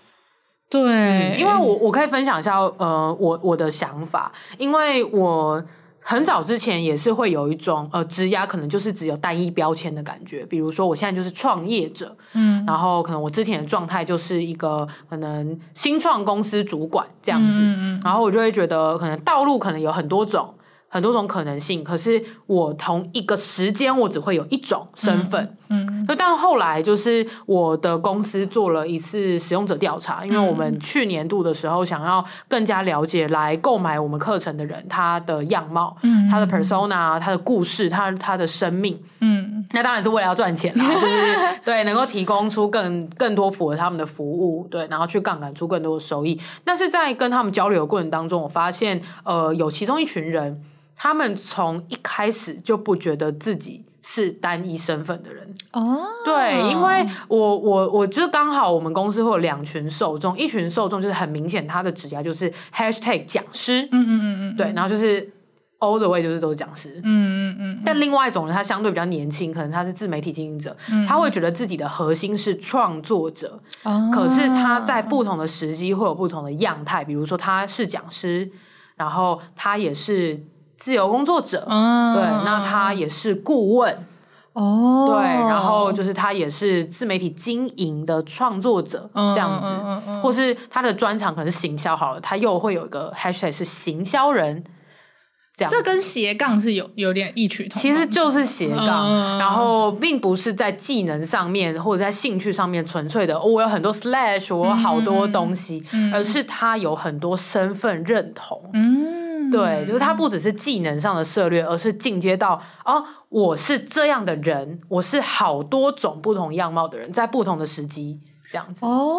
[SPEAKER 3] 对，
[SPEAKER 2] 因为我我可以分享一下，呃，我我的想法，因为我很早之前也是会有一种呃，职涯可能就是只有单一标签的感觉，比如说我现在就是创业者，
[SPEAKER 3] 嗯
[SPEAKER 2] 然后可能我之前的状态就是一个可能新创公司主管这样子，
[SPEAKER 3] 嗯嗯
[SPEAKER 2] 然后我就会觉得可能道路可能有很多种。很多种可能性，可是我同一个时间我只会有一种身份，
[SPEAKER 3] 嗯
[SPEAKER 2] 那但后来就是我的公司做了一次使用者调查，因为我
[SPEAKER 3] 嗯
[SPEAKER 2] 们去年度的时候想要更加了解来购买我们课程的人他的样貌、
[SPEAKER 3] 嗯
[SPEAKER 2] 他的 persona、他的故事、他他的生命。
[SPEAKER 3] 嗯
[SPEAKER 2] 那当然是为了要赚钱 啦，就是对能够提供出更更多符合他们的服务，对，然后去杠杆出更多的收益。但是在跟他们交流的过程当中，我发现呃，有其中一群人，他们从一开始就不觉得自己是单一身份的人。
[SPEAKER 3] 哦，
[SPEAKER 2] 对，因为我我我就是刚好我们公司会有两群受众，一群受众就是很明显他的指标就是 hashtag 讲师，
[SPEAKER 3] 嗯嗯嗯嗯，
[SPEAKER 2] 对，然后就是 all the way 就是都是讲师。
[SPEAKER 3] 嗯嗯嗯，
[SPEAKER 2] 但另外一种人，他相对比较年轻，可能他是自媒体经营者，
[SPEAKER 3] 嗯
[SPEAKER 2] 他会觉得自己的核心是创作者，
[SPEAKER 3] 哦
[SPEAKER 2] 可是他在不同的时机会有不同的样态，比如说他是讲师，然后他也是自由工作者，
[SPEAKER 3] 嗯
[SPEAKER 2] 对，那他也是顾问，
[SPEAKER 3] 哦，
[SPEAKER 2] 对，然后就是他也是自媒体经营的创作者、
[SPEAKER 3] 嗯
[SPEAKER 2] 这样子，
[SPEAKER 3] 嗯嗯嗯
[SPEAKER 2] 或是他的专长可能是行销好了，他又会有一个 hashtag 是行销人，这样子
[SPEAKER 3] 这跟斜杠是有有点异曲同工之
[SPEAKER 2] 其
[SPEAKER 3] 妙，
[SPEAKER 2] 实就是斜杠，
[SPEAKER 3] 嗯
[SPEAKER 2] 然后并不是在技能上面或者在兴趣上面纯粹的，哦我有很多 slash，我有好
[SPEAKER 3] 嗯
[SPEAKER 2] 多东西，而是他有很多身份认同。
[SPEAKER 3] 嗯，
[SPEAKER 2] 对，就是它不只是技能上的策略，而是进阶到哦，我是这样的人，我是好多种不同样貌的人，在不同的时机这样子。
[SPEAKER 3] 哦，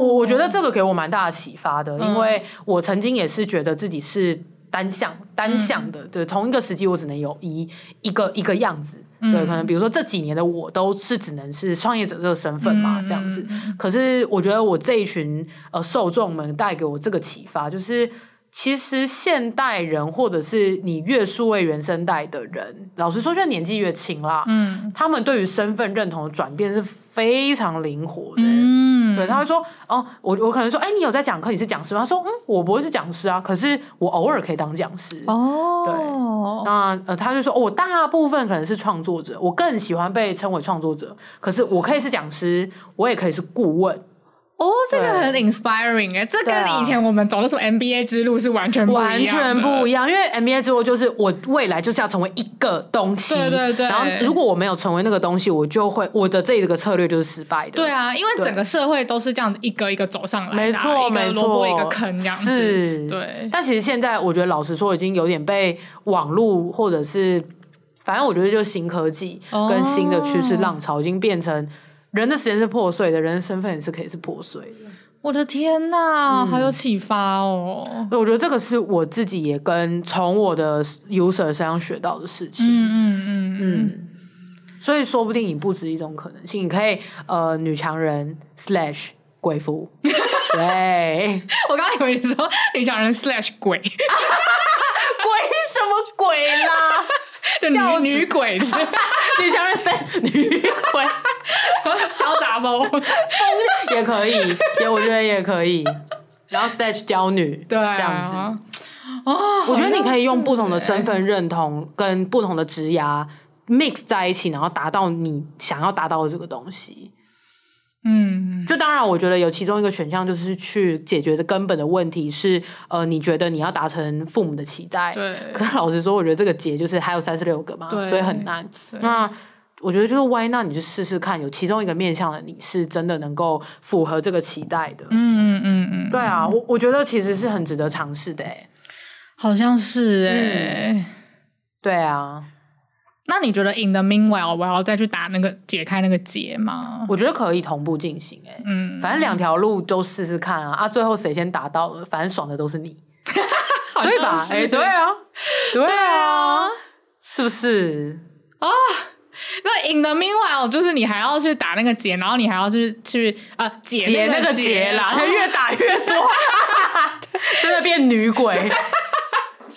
[SPEAKER 2] 我我觉得这个给我蛮大的启发的，
[SPEAKER 3] 嗯
[SPEAKER 2] 因为我曾经也是觉得自己是单向单
[SPEAKER 3] 嗯
[SPEAKER 2] 向的，对，同一个时机我只能有一一个一个样子。对，
[SPEAKER 3] 嗯
[SPEAKER 2] 可能比如说这几年的我都是只能是创业者这个身份嘛，这
[SPEAKER 3] 嗯
[SPEAKER 2] 样子。可是我觉得我这一群呃受众们带给我这个启发，就是其实现代人或者是你越数位原生代的人，老实说，现在年纪越轻啦，
[SPEAKER 3] 嗯
[SPEAKER 2] 他们对于身份认同的转变是非常灵活的。
[SPEAKER 3] 嗯，
[SPEAKER 2] 对，他会说，哦，我我可能说，哎、你有在讲课，你是讲师吗？他说，嗯，我不会是讲师啊，可是我偶尔可以当讲师。
[SPEAKER 3] 哦，
[SPEAKER 2] 那呃，他就说、哦我大部分可能是创作者，我更喜欢被称为创作者。可是我可以是讲师，我也可以是顾问，
[SPEAKER 3] 哦，这个很 inspiring 哎，这
[SPEAKER 2] 对啊
[SPEAKER 3] 跟以前我们走的什么 MBA 之路是完全不一样的
[SPEAKER 2] 完全不一样。因为 MBA 之后就是我未来就是要成为一个东西，
[SPEAKER 3] 对对对
[SPEAKER 2] 然后如果我没有成为那个东西，我就会我的这个策略就是失败的。
[SPEAKER 3] 对。啊，因为
[SPEAKER 2] 对
[SPEAKER 3] 整个社会都是这样一个一个走上来的啊，
[SPEAKER 2] 没错，
[SPEAKER 3] 一个
[SPEAKER 2] 没
[SPEAKER 3] 萝卜
[SPEAKER 2] 错，
[SPEAKER 3] 一个坑这样子，
[SPEAKER 2] 是，
[SPEAKER 3] 对
[SPEAKER 2] 但其实现在，我觉得老实说，已经有点被网络或者是，反正我觉得就是新科技
[SPEAKER 3] 哦
[SPEAKER 2] 跟新的趋势浪潮，已经变成人的时间是破碎的，人的身份也是可以是破碎的。
[SPEAKER 3] 我的天
[SPEAKER 2] 嗯
[SPEAKER 3] 呐，好有启发哦！
[SPEAKER 2] 所以我觉得这个是我自己也跟从我的 user 身上学到的事情。
[SPEAKER 3] 嗯嗯嗯
[SPEAKER 2] 嗯，所以说不定你不止一种可能性，你可以呃女强人 slash 贵妇，对。
[SPEAKER 3] 嗯， 我刚刚以为你说你讲人 slash 鬼，
[SPEAKER 2] 鬼什么鬼啦？
[SPEAKER 3] 就
[SPEAKER 2] 笑死
[SPEAKER 3] 女女鬼是吧
[SPEAKER 2] 女强人三 女鬼
[SPEAKER 3] 潇洒不？
[SPEAKER 2] 也可以，也我觉得也可以。然后 stage 教女，
[SPEAKER 3] 对啊，
[SPEAKER 2] 这样子，
[SPEAKER 3] 哦，
[SPEAKER 2] 我觉得你可以用
[SPEAKER 3] 好像是欸
[SPEAKER 2] 不同的身份认同跟不同的职涯 mix 在一起，然后达到你想要达到的这个东西。
[SPEAKER 3] 嗯
[SPEAKER 2] 就当然，我觉得有其中一个选项就是去解决的根本的问题是，呃，你觉得你要达成父母的期待，
[SPEAKER 3] 对
[SPEAKER 2] 可是老实说，我觉得这个结就是还有三十六个嘛，
[SPEAKER 3] 对
[SPEAKER 2] 所以很难。
[SPEAKER 3] 对
[SPEAKER 2] 那我觉得就是 why 那你就试试看，有其中一个面向的你是真的能够符合这个期待的。
[SPEAKER 3] 嗯嗯嗯嗯，
[SPEAKER 2] 对啊，我我觉得其实是很值得尝试的、欸。
[SPEAKER 3] 好像是哎、
[SPEAKER 2] 对啊，
[SPEAKER 3] 那你觉得 in the meanwhile 我要再去打那个解开那个结吗？
[SPEAKER 2] 我觉得可以同步进行、欸。
[SPEAKER 3] 嗯，
[SPEAKER 2] 反正两条路都试试看啊，啊，最后谁先达到了，反正爽的都是你，
[SPEAKER 3] 好像
[SPEAKER 2] 对吧？
[SPEAKER 3] 是
[SPEAKER 2] 哎、对 啊，对
[SPEAKER 3] 对啊。
[SPEAKER 2] 是不是？
[SPEAKER 3] 那 in the meanwhile 就是你还要去打那个结，然后你还要去去呃解
[SPEAKER 2] 结那个
[SPEAKER 3] 结
[SPEAKER 2] 结啦， 越打越多，真的变女鬼。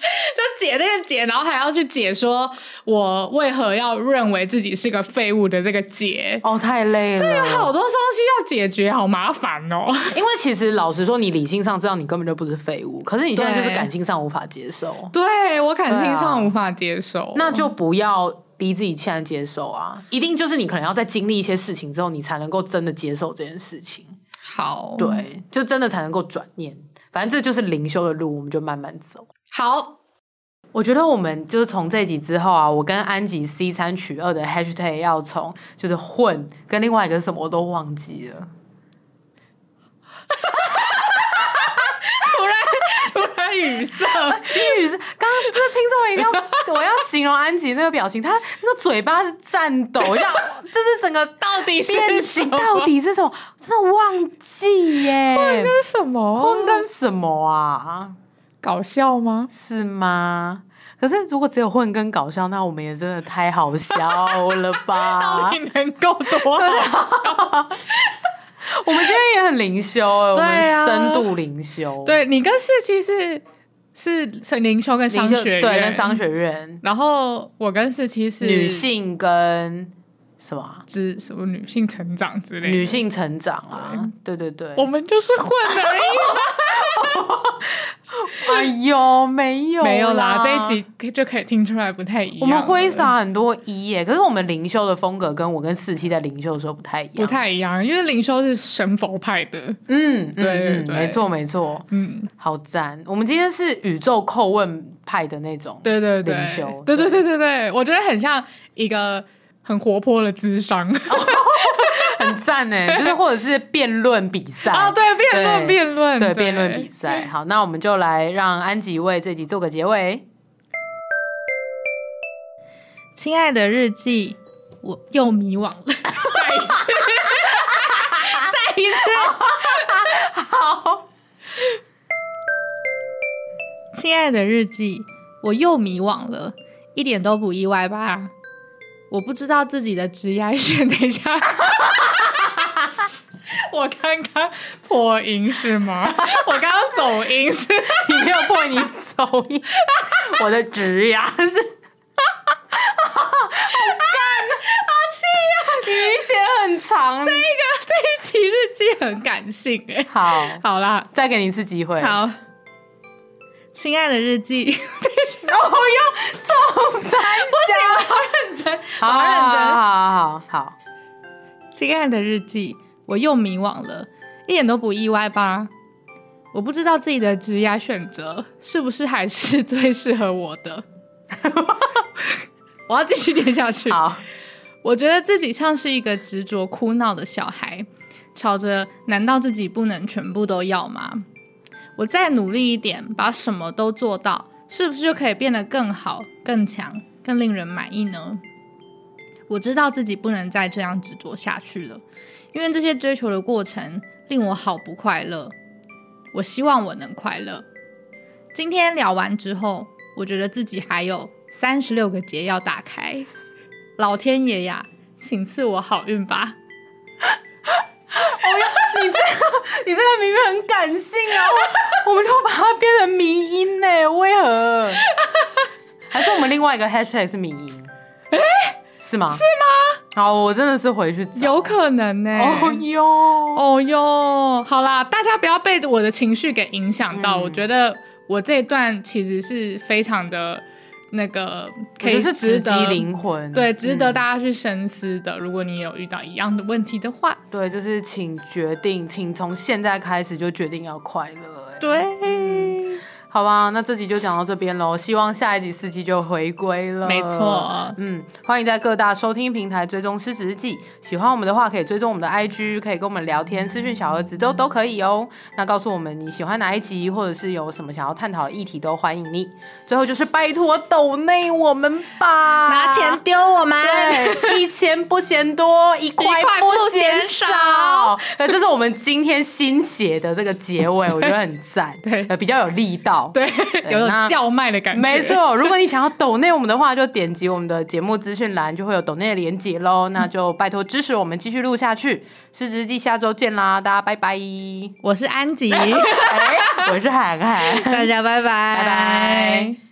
[SPEAKER 3] 就解那个解，然后还要去解说我为何要认为自己是个废物的这个解。
[SPEAKER 2] 哦，太累了。
[SPEAKER 3] 对，有好多东西要解决，好麻烦 哦。
[SPEAKER 2] 因为其实老实说，你理性上知道你根本就不是废物，可是你现在就是
[SPEAKER 3] 对
[SPEAKER 2] 感性上无法接受，
[SPEAKER 3] 对我感
[SPEAKER 2] 对啊
[SPEAKER 3] 性上无法接受，
[SPEAKER 2] 啊那就不要逼自己现在接受啊！一定就是你可能要在经历一些事情之后，你才能够真的接受这件事情，
[SPEAKER 3] 好
[SPEAKER 2] 对，就真的才能够转念。反正这就是灵修的路，我们就慢慢走。
[SPEAKER 3] 好，
[SPEAKER 2] 我觉得我们就是从这集之后啊，我跟安吉 C 三取二的 hashtag 要从就是混跟另外一个是什么我都忘记了，
[SPEAKER 3] 突然 语塞，
[SPEAKER 2] 英语是刚刚这听众一定要， 我要形容安吉那个表情，他那个嘴巴是颤抖，像就是整个
[SPEAKER 3] 到底是
[SPEAKER 2] 变
[SPEAKER 3] 什
[SPEAKER 2] 形，
[SPEAKER 3] 么
[SPEAKER 2] 到底是什么？真的忘记耶，混跟
[SPEAKER 3] 什么
[SPEAKER 2] 混跟什么啊？
[SPEAKER 3] 搞笑吗？
[SPEAKER 2] 是吗？可是如果只有混跟搞笑，那我们也真的太好笑了
[SPEAKER 3] 到
[SPEAKER 2] 吧？
[SPEAKER 3] 底能够多好 笑？
[SPEAKER 2] 我们今天也很灵修、欸，我
[SPEAKER 3] 对啊
[SPEAKER 2] 们深度灵修，
[SPEAKER 3] 对你跟世奇是是是灵修跟商
[SPEAKER 2] 灵修，
[SPEAKER 3] 学院，
[SPEAKER 2] 对，跟商学院
[SPEAKER 3] 然后我跟世奇是
[SPEAKER 2] 女性跟什么啊
[SPEAKER 3] 之什么女性成长之类的
[SPEAKER 2] 女。性成长啊？对对对，
[SPEAKER 3] 我们就是混
[SPEAKER 2] 哎
[SPEAKER 3] 而已，
[SPEAKER 2] 呦，没有
[SPEAKER 3] 没有
[SPEAKER 2] 啦
[SPEAKER 3] 啦，这一集就可以听出来不太一
[SPEAKER 2] 我
[SPEAKER 3] 样了。
[SPEAKER 2] 们挥洒很多一耶，可是我们灵修的风格跟我跟四期在灵修的时候不太一样，
[SPEAKER 3] 不太一样，因为灵修是神佛派的，
[SPEAKER 2] 嗯，嗯，
[SPEAKER 3] 对对
[SPEAKER 2] 嗯
[SPEAKER 3] 对
[SPEAKER 2] 没错没错，
[SPEAKER 3] 嗯，
[SPEAKER 2] 好赞！我们今天是宇宙叩问派的那种，
[SPEAKER 3] 对对对
[SPEAKER 2] 灵修，
[SPEAKER 3] 对对对对对，我觉得很像一个很活泼的智商
[SPEAKER 2] 哦 很赞哎，就是或者是辩论比赛
[SPEAKER 3] 啊，对，辩论辩论，
[SPEAKER 2] 对辩论比赛。好，那我们就来让安吉为这集做个结尾。
[SPEAKER 4] 亲爱的日记，
[SPEAKER 3] 我又迷惘了，再一次，再一次，
[SPEAKER 4] 亲爱的日记，
[SPEAKER 3] 我又迷惘了，一点都不意外吧？我不知道自己的职业选，等一下，我刚刚破音是吗？我刚刚走音是
[SPEAKER 2] 你没有破你走音，我的直牙是。好干， 好气呀！你明显很长。
[SPEAKER 3] 这一期日记很感性哎、
[SPEAKER 2] 好，
[SPEAKER 3] 好啦，
[SPEAKER 2] 再给你一次机会。
[SPEAKER 3] 好，
[SPEAKER 4] 亲爱的日记，
[SPEAKER 2] 然后又中三下，
[SPEAKER 3] 好认真，
[SPEAKER 2] 好
[SPEAKER 3] 好认真
[SPEAKER 2] 好好好好，
[SPEAKER 4] 亲爱的日记，我又迷惘了，一点都不意外吧？
[SPEAKER 3] 我不知道自己的职业选择是不是还是最适合我 的。我要继续念下去。
[SPEAKER 2] 好，
[SPEAKER 3] 我觉得自己像是一个执着哭闹的小孩，吵着“难道自己不能全部都要吗？”我再努力一点，把什么都做到，是不是就可以变得更好、更强、更令人满意呢？我知道自己不能再这样执着下去了，因为这些追求的过程令我好不快乐。我希望我能快乐。今天聊完之后，我觉得自己还有三十六个结要打开。老天爷呀，请赐我好运吧！
[SPEAKER 2] 你这个明明很感性啊，我我们就把它变成迷音呢，为何？还是我们另外一个 hashtag 是迷音？是吗？是吗？好，我真的是回去找
[SPEAKER 3] 有可能呢、
[SPEAKER 2] 哦哟，
[SPEAKER 3] 哦哟，好啦，大家不要被我的情绪给影响到。
[SPEAKER 2] 嗯
[SPEAKER 3] 我觉得我这一段其实是非常的那个，
[SPEAKER 2] 我
[SPEAKER 3] 可
[SPEAKER 2] 觉得
[SPEAKER 3] 以
[SPEAKER 2] 是直
[SPEAKER 3] 值
[SPEAKER 2] 击
[SPEAKER 3] 得
[SPEAKER 2] 灵魂，
[SPEAKER 3] 对，值得
[SPEAKER 2] 嗯
[SPEAKER 3] 大家去深思的。如果你有遇到一样的问题的话，
[SPEAKER 2] 对，就是请决定，请从现在开始就决定要快乐。哎
[SPEAKER 3] 对，嗯
[SPEAKER 2] 好吧，那这集就讲到这边喽。希望下一集四季就回归了。
[SPEAKER 3] 没错
[SPEAKER 2] 嗯，欢迎在各大收听平台追踪《失职日记》。喜欢我们的话，可以追踪我们的 IG，可以跟我们聊天、私讯小盒子都都可以哦。那告诉我们你喜欢哪一集，或者是有什么想要探讨的议题，都欢迎你。最后就是拜托抖内我们吧，
[SPEAKER 3] 拿钱丢我们，
[SPEAKER 2] 对，一千不嫌多，一块
[SPEAKER 3] 一块
[SPEAKER 2] 不
[SPEAKER 3] 不
[SPEAKER 2] 嫌少
[SPEAKER 3] 嫌少。
[SPEAKER 2] 对，这是我们今天新写的这个结尾，我觉得很赞，
[SPEAKER 3] 对
[SPEAKER 2] 呃比较有力道。
[SPEAKER 3] 对， 有
[SPEAKER 2] 那
[SPEAKER 3] 种叫卖的感觉，
[SPEAKER 2] 没错，如果你想要抖内我们的话，就点击我们的节目资讯栏，就会有抖内的连结喽。那就拜托支持我们继续录下去，失职记下周见啦，大家拜拜。
[SPEAKER 4] 我是安吉，
[SPEAKER 3] 哎
[SPEAKER 2] 我是涵涵，
[SPEAKER 4] 大家拜拜，
[SPEAKER 2] 拜拜。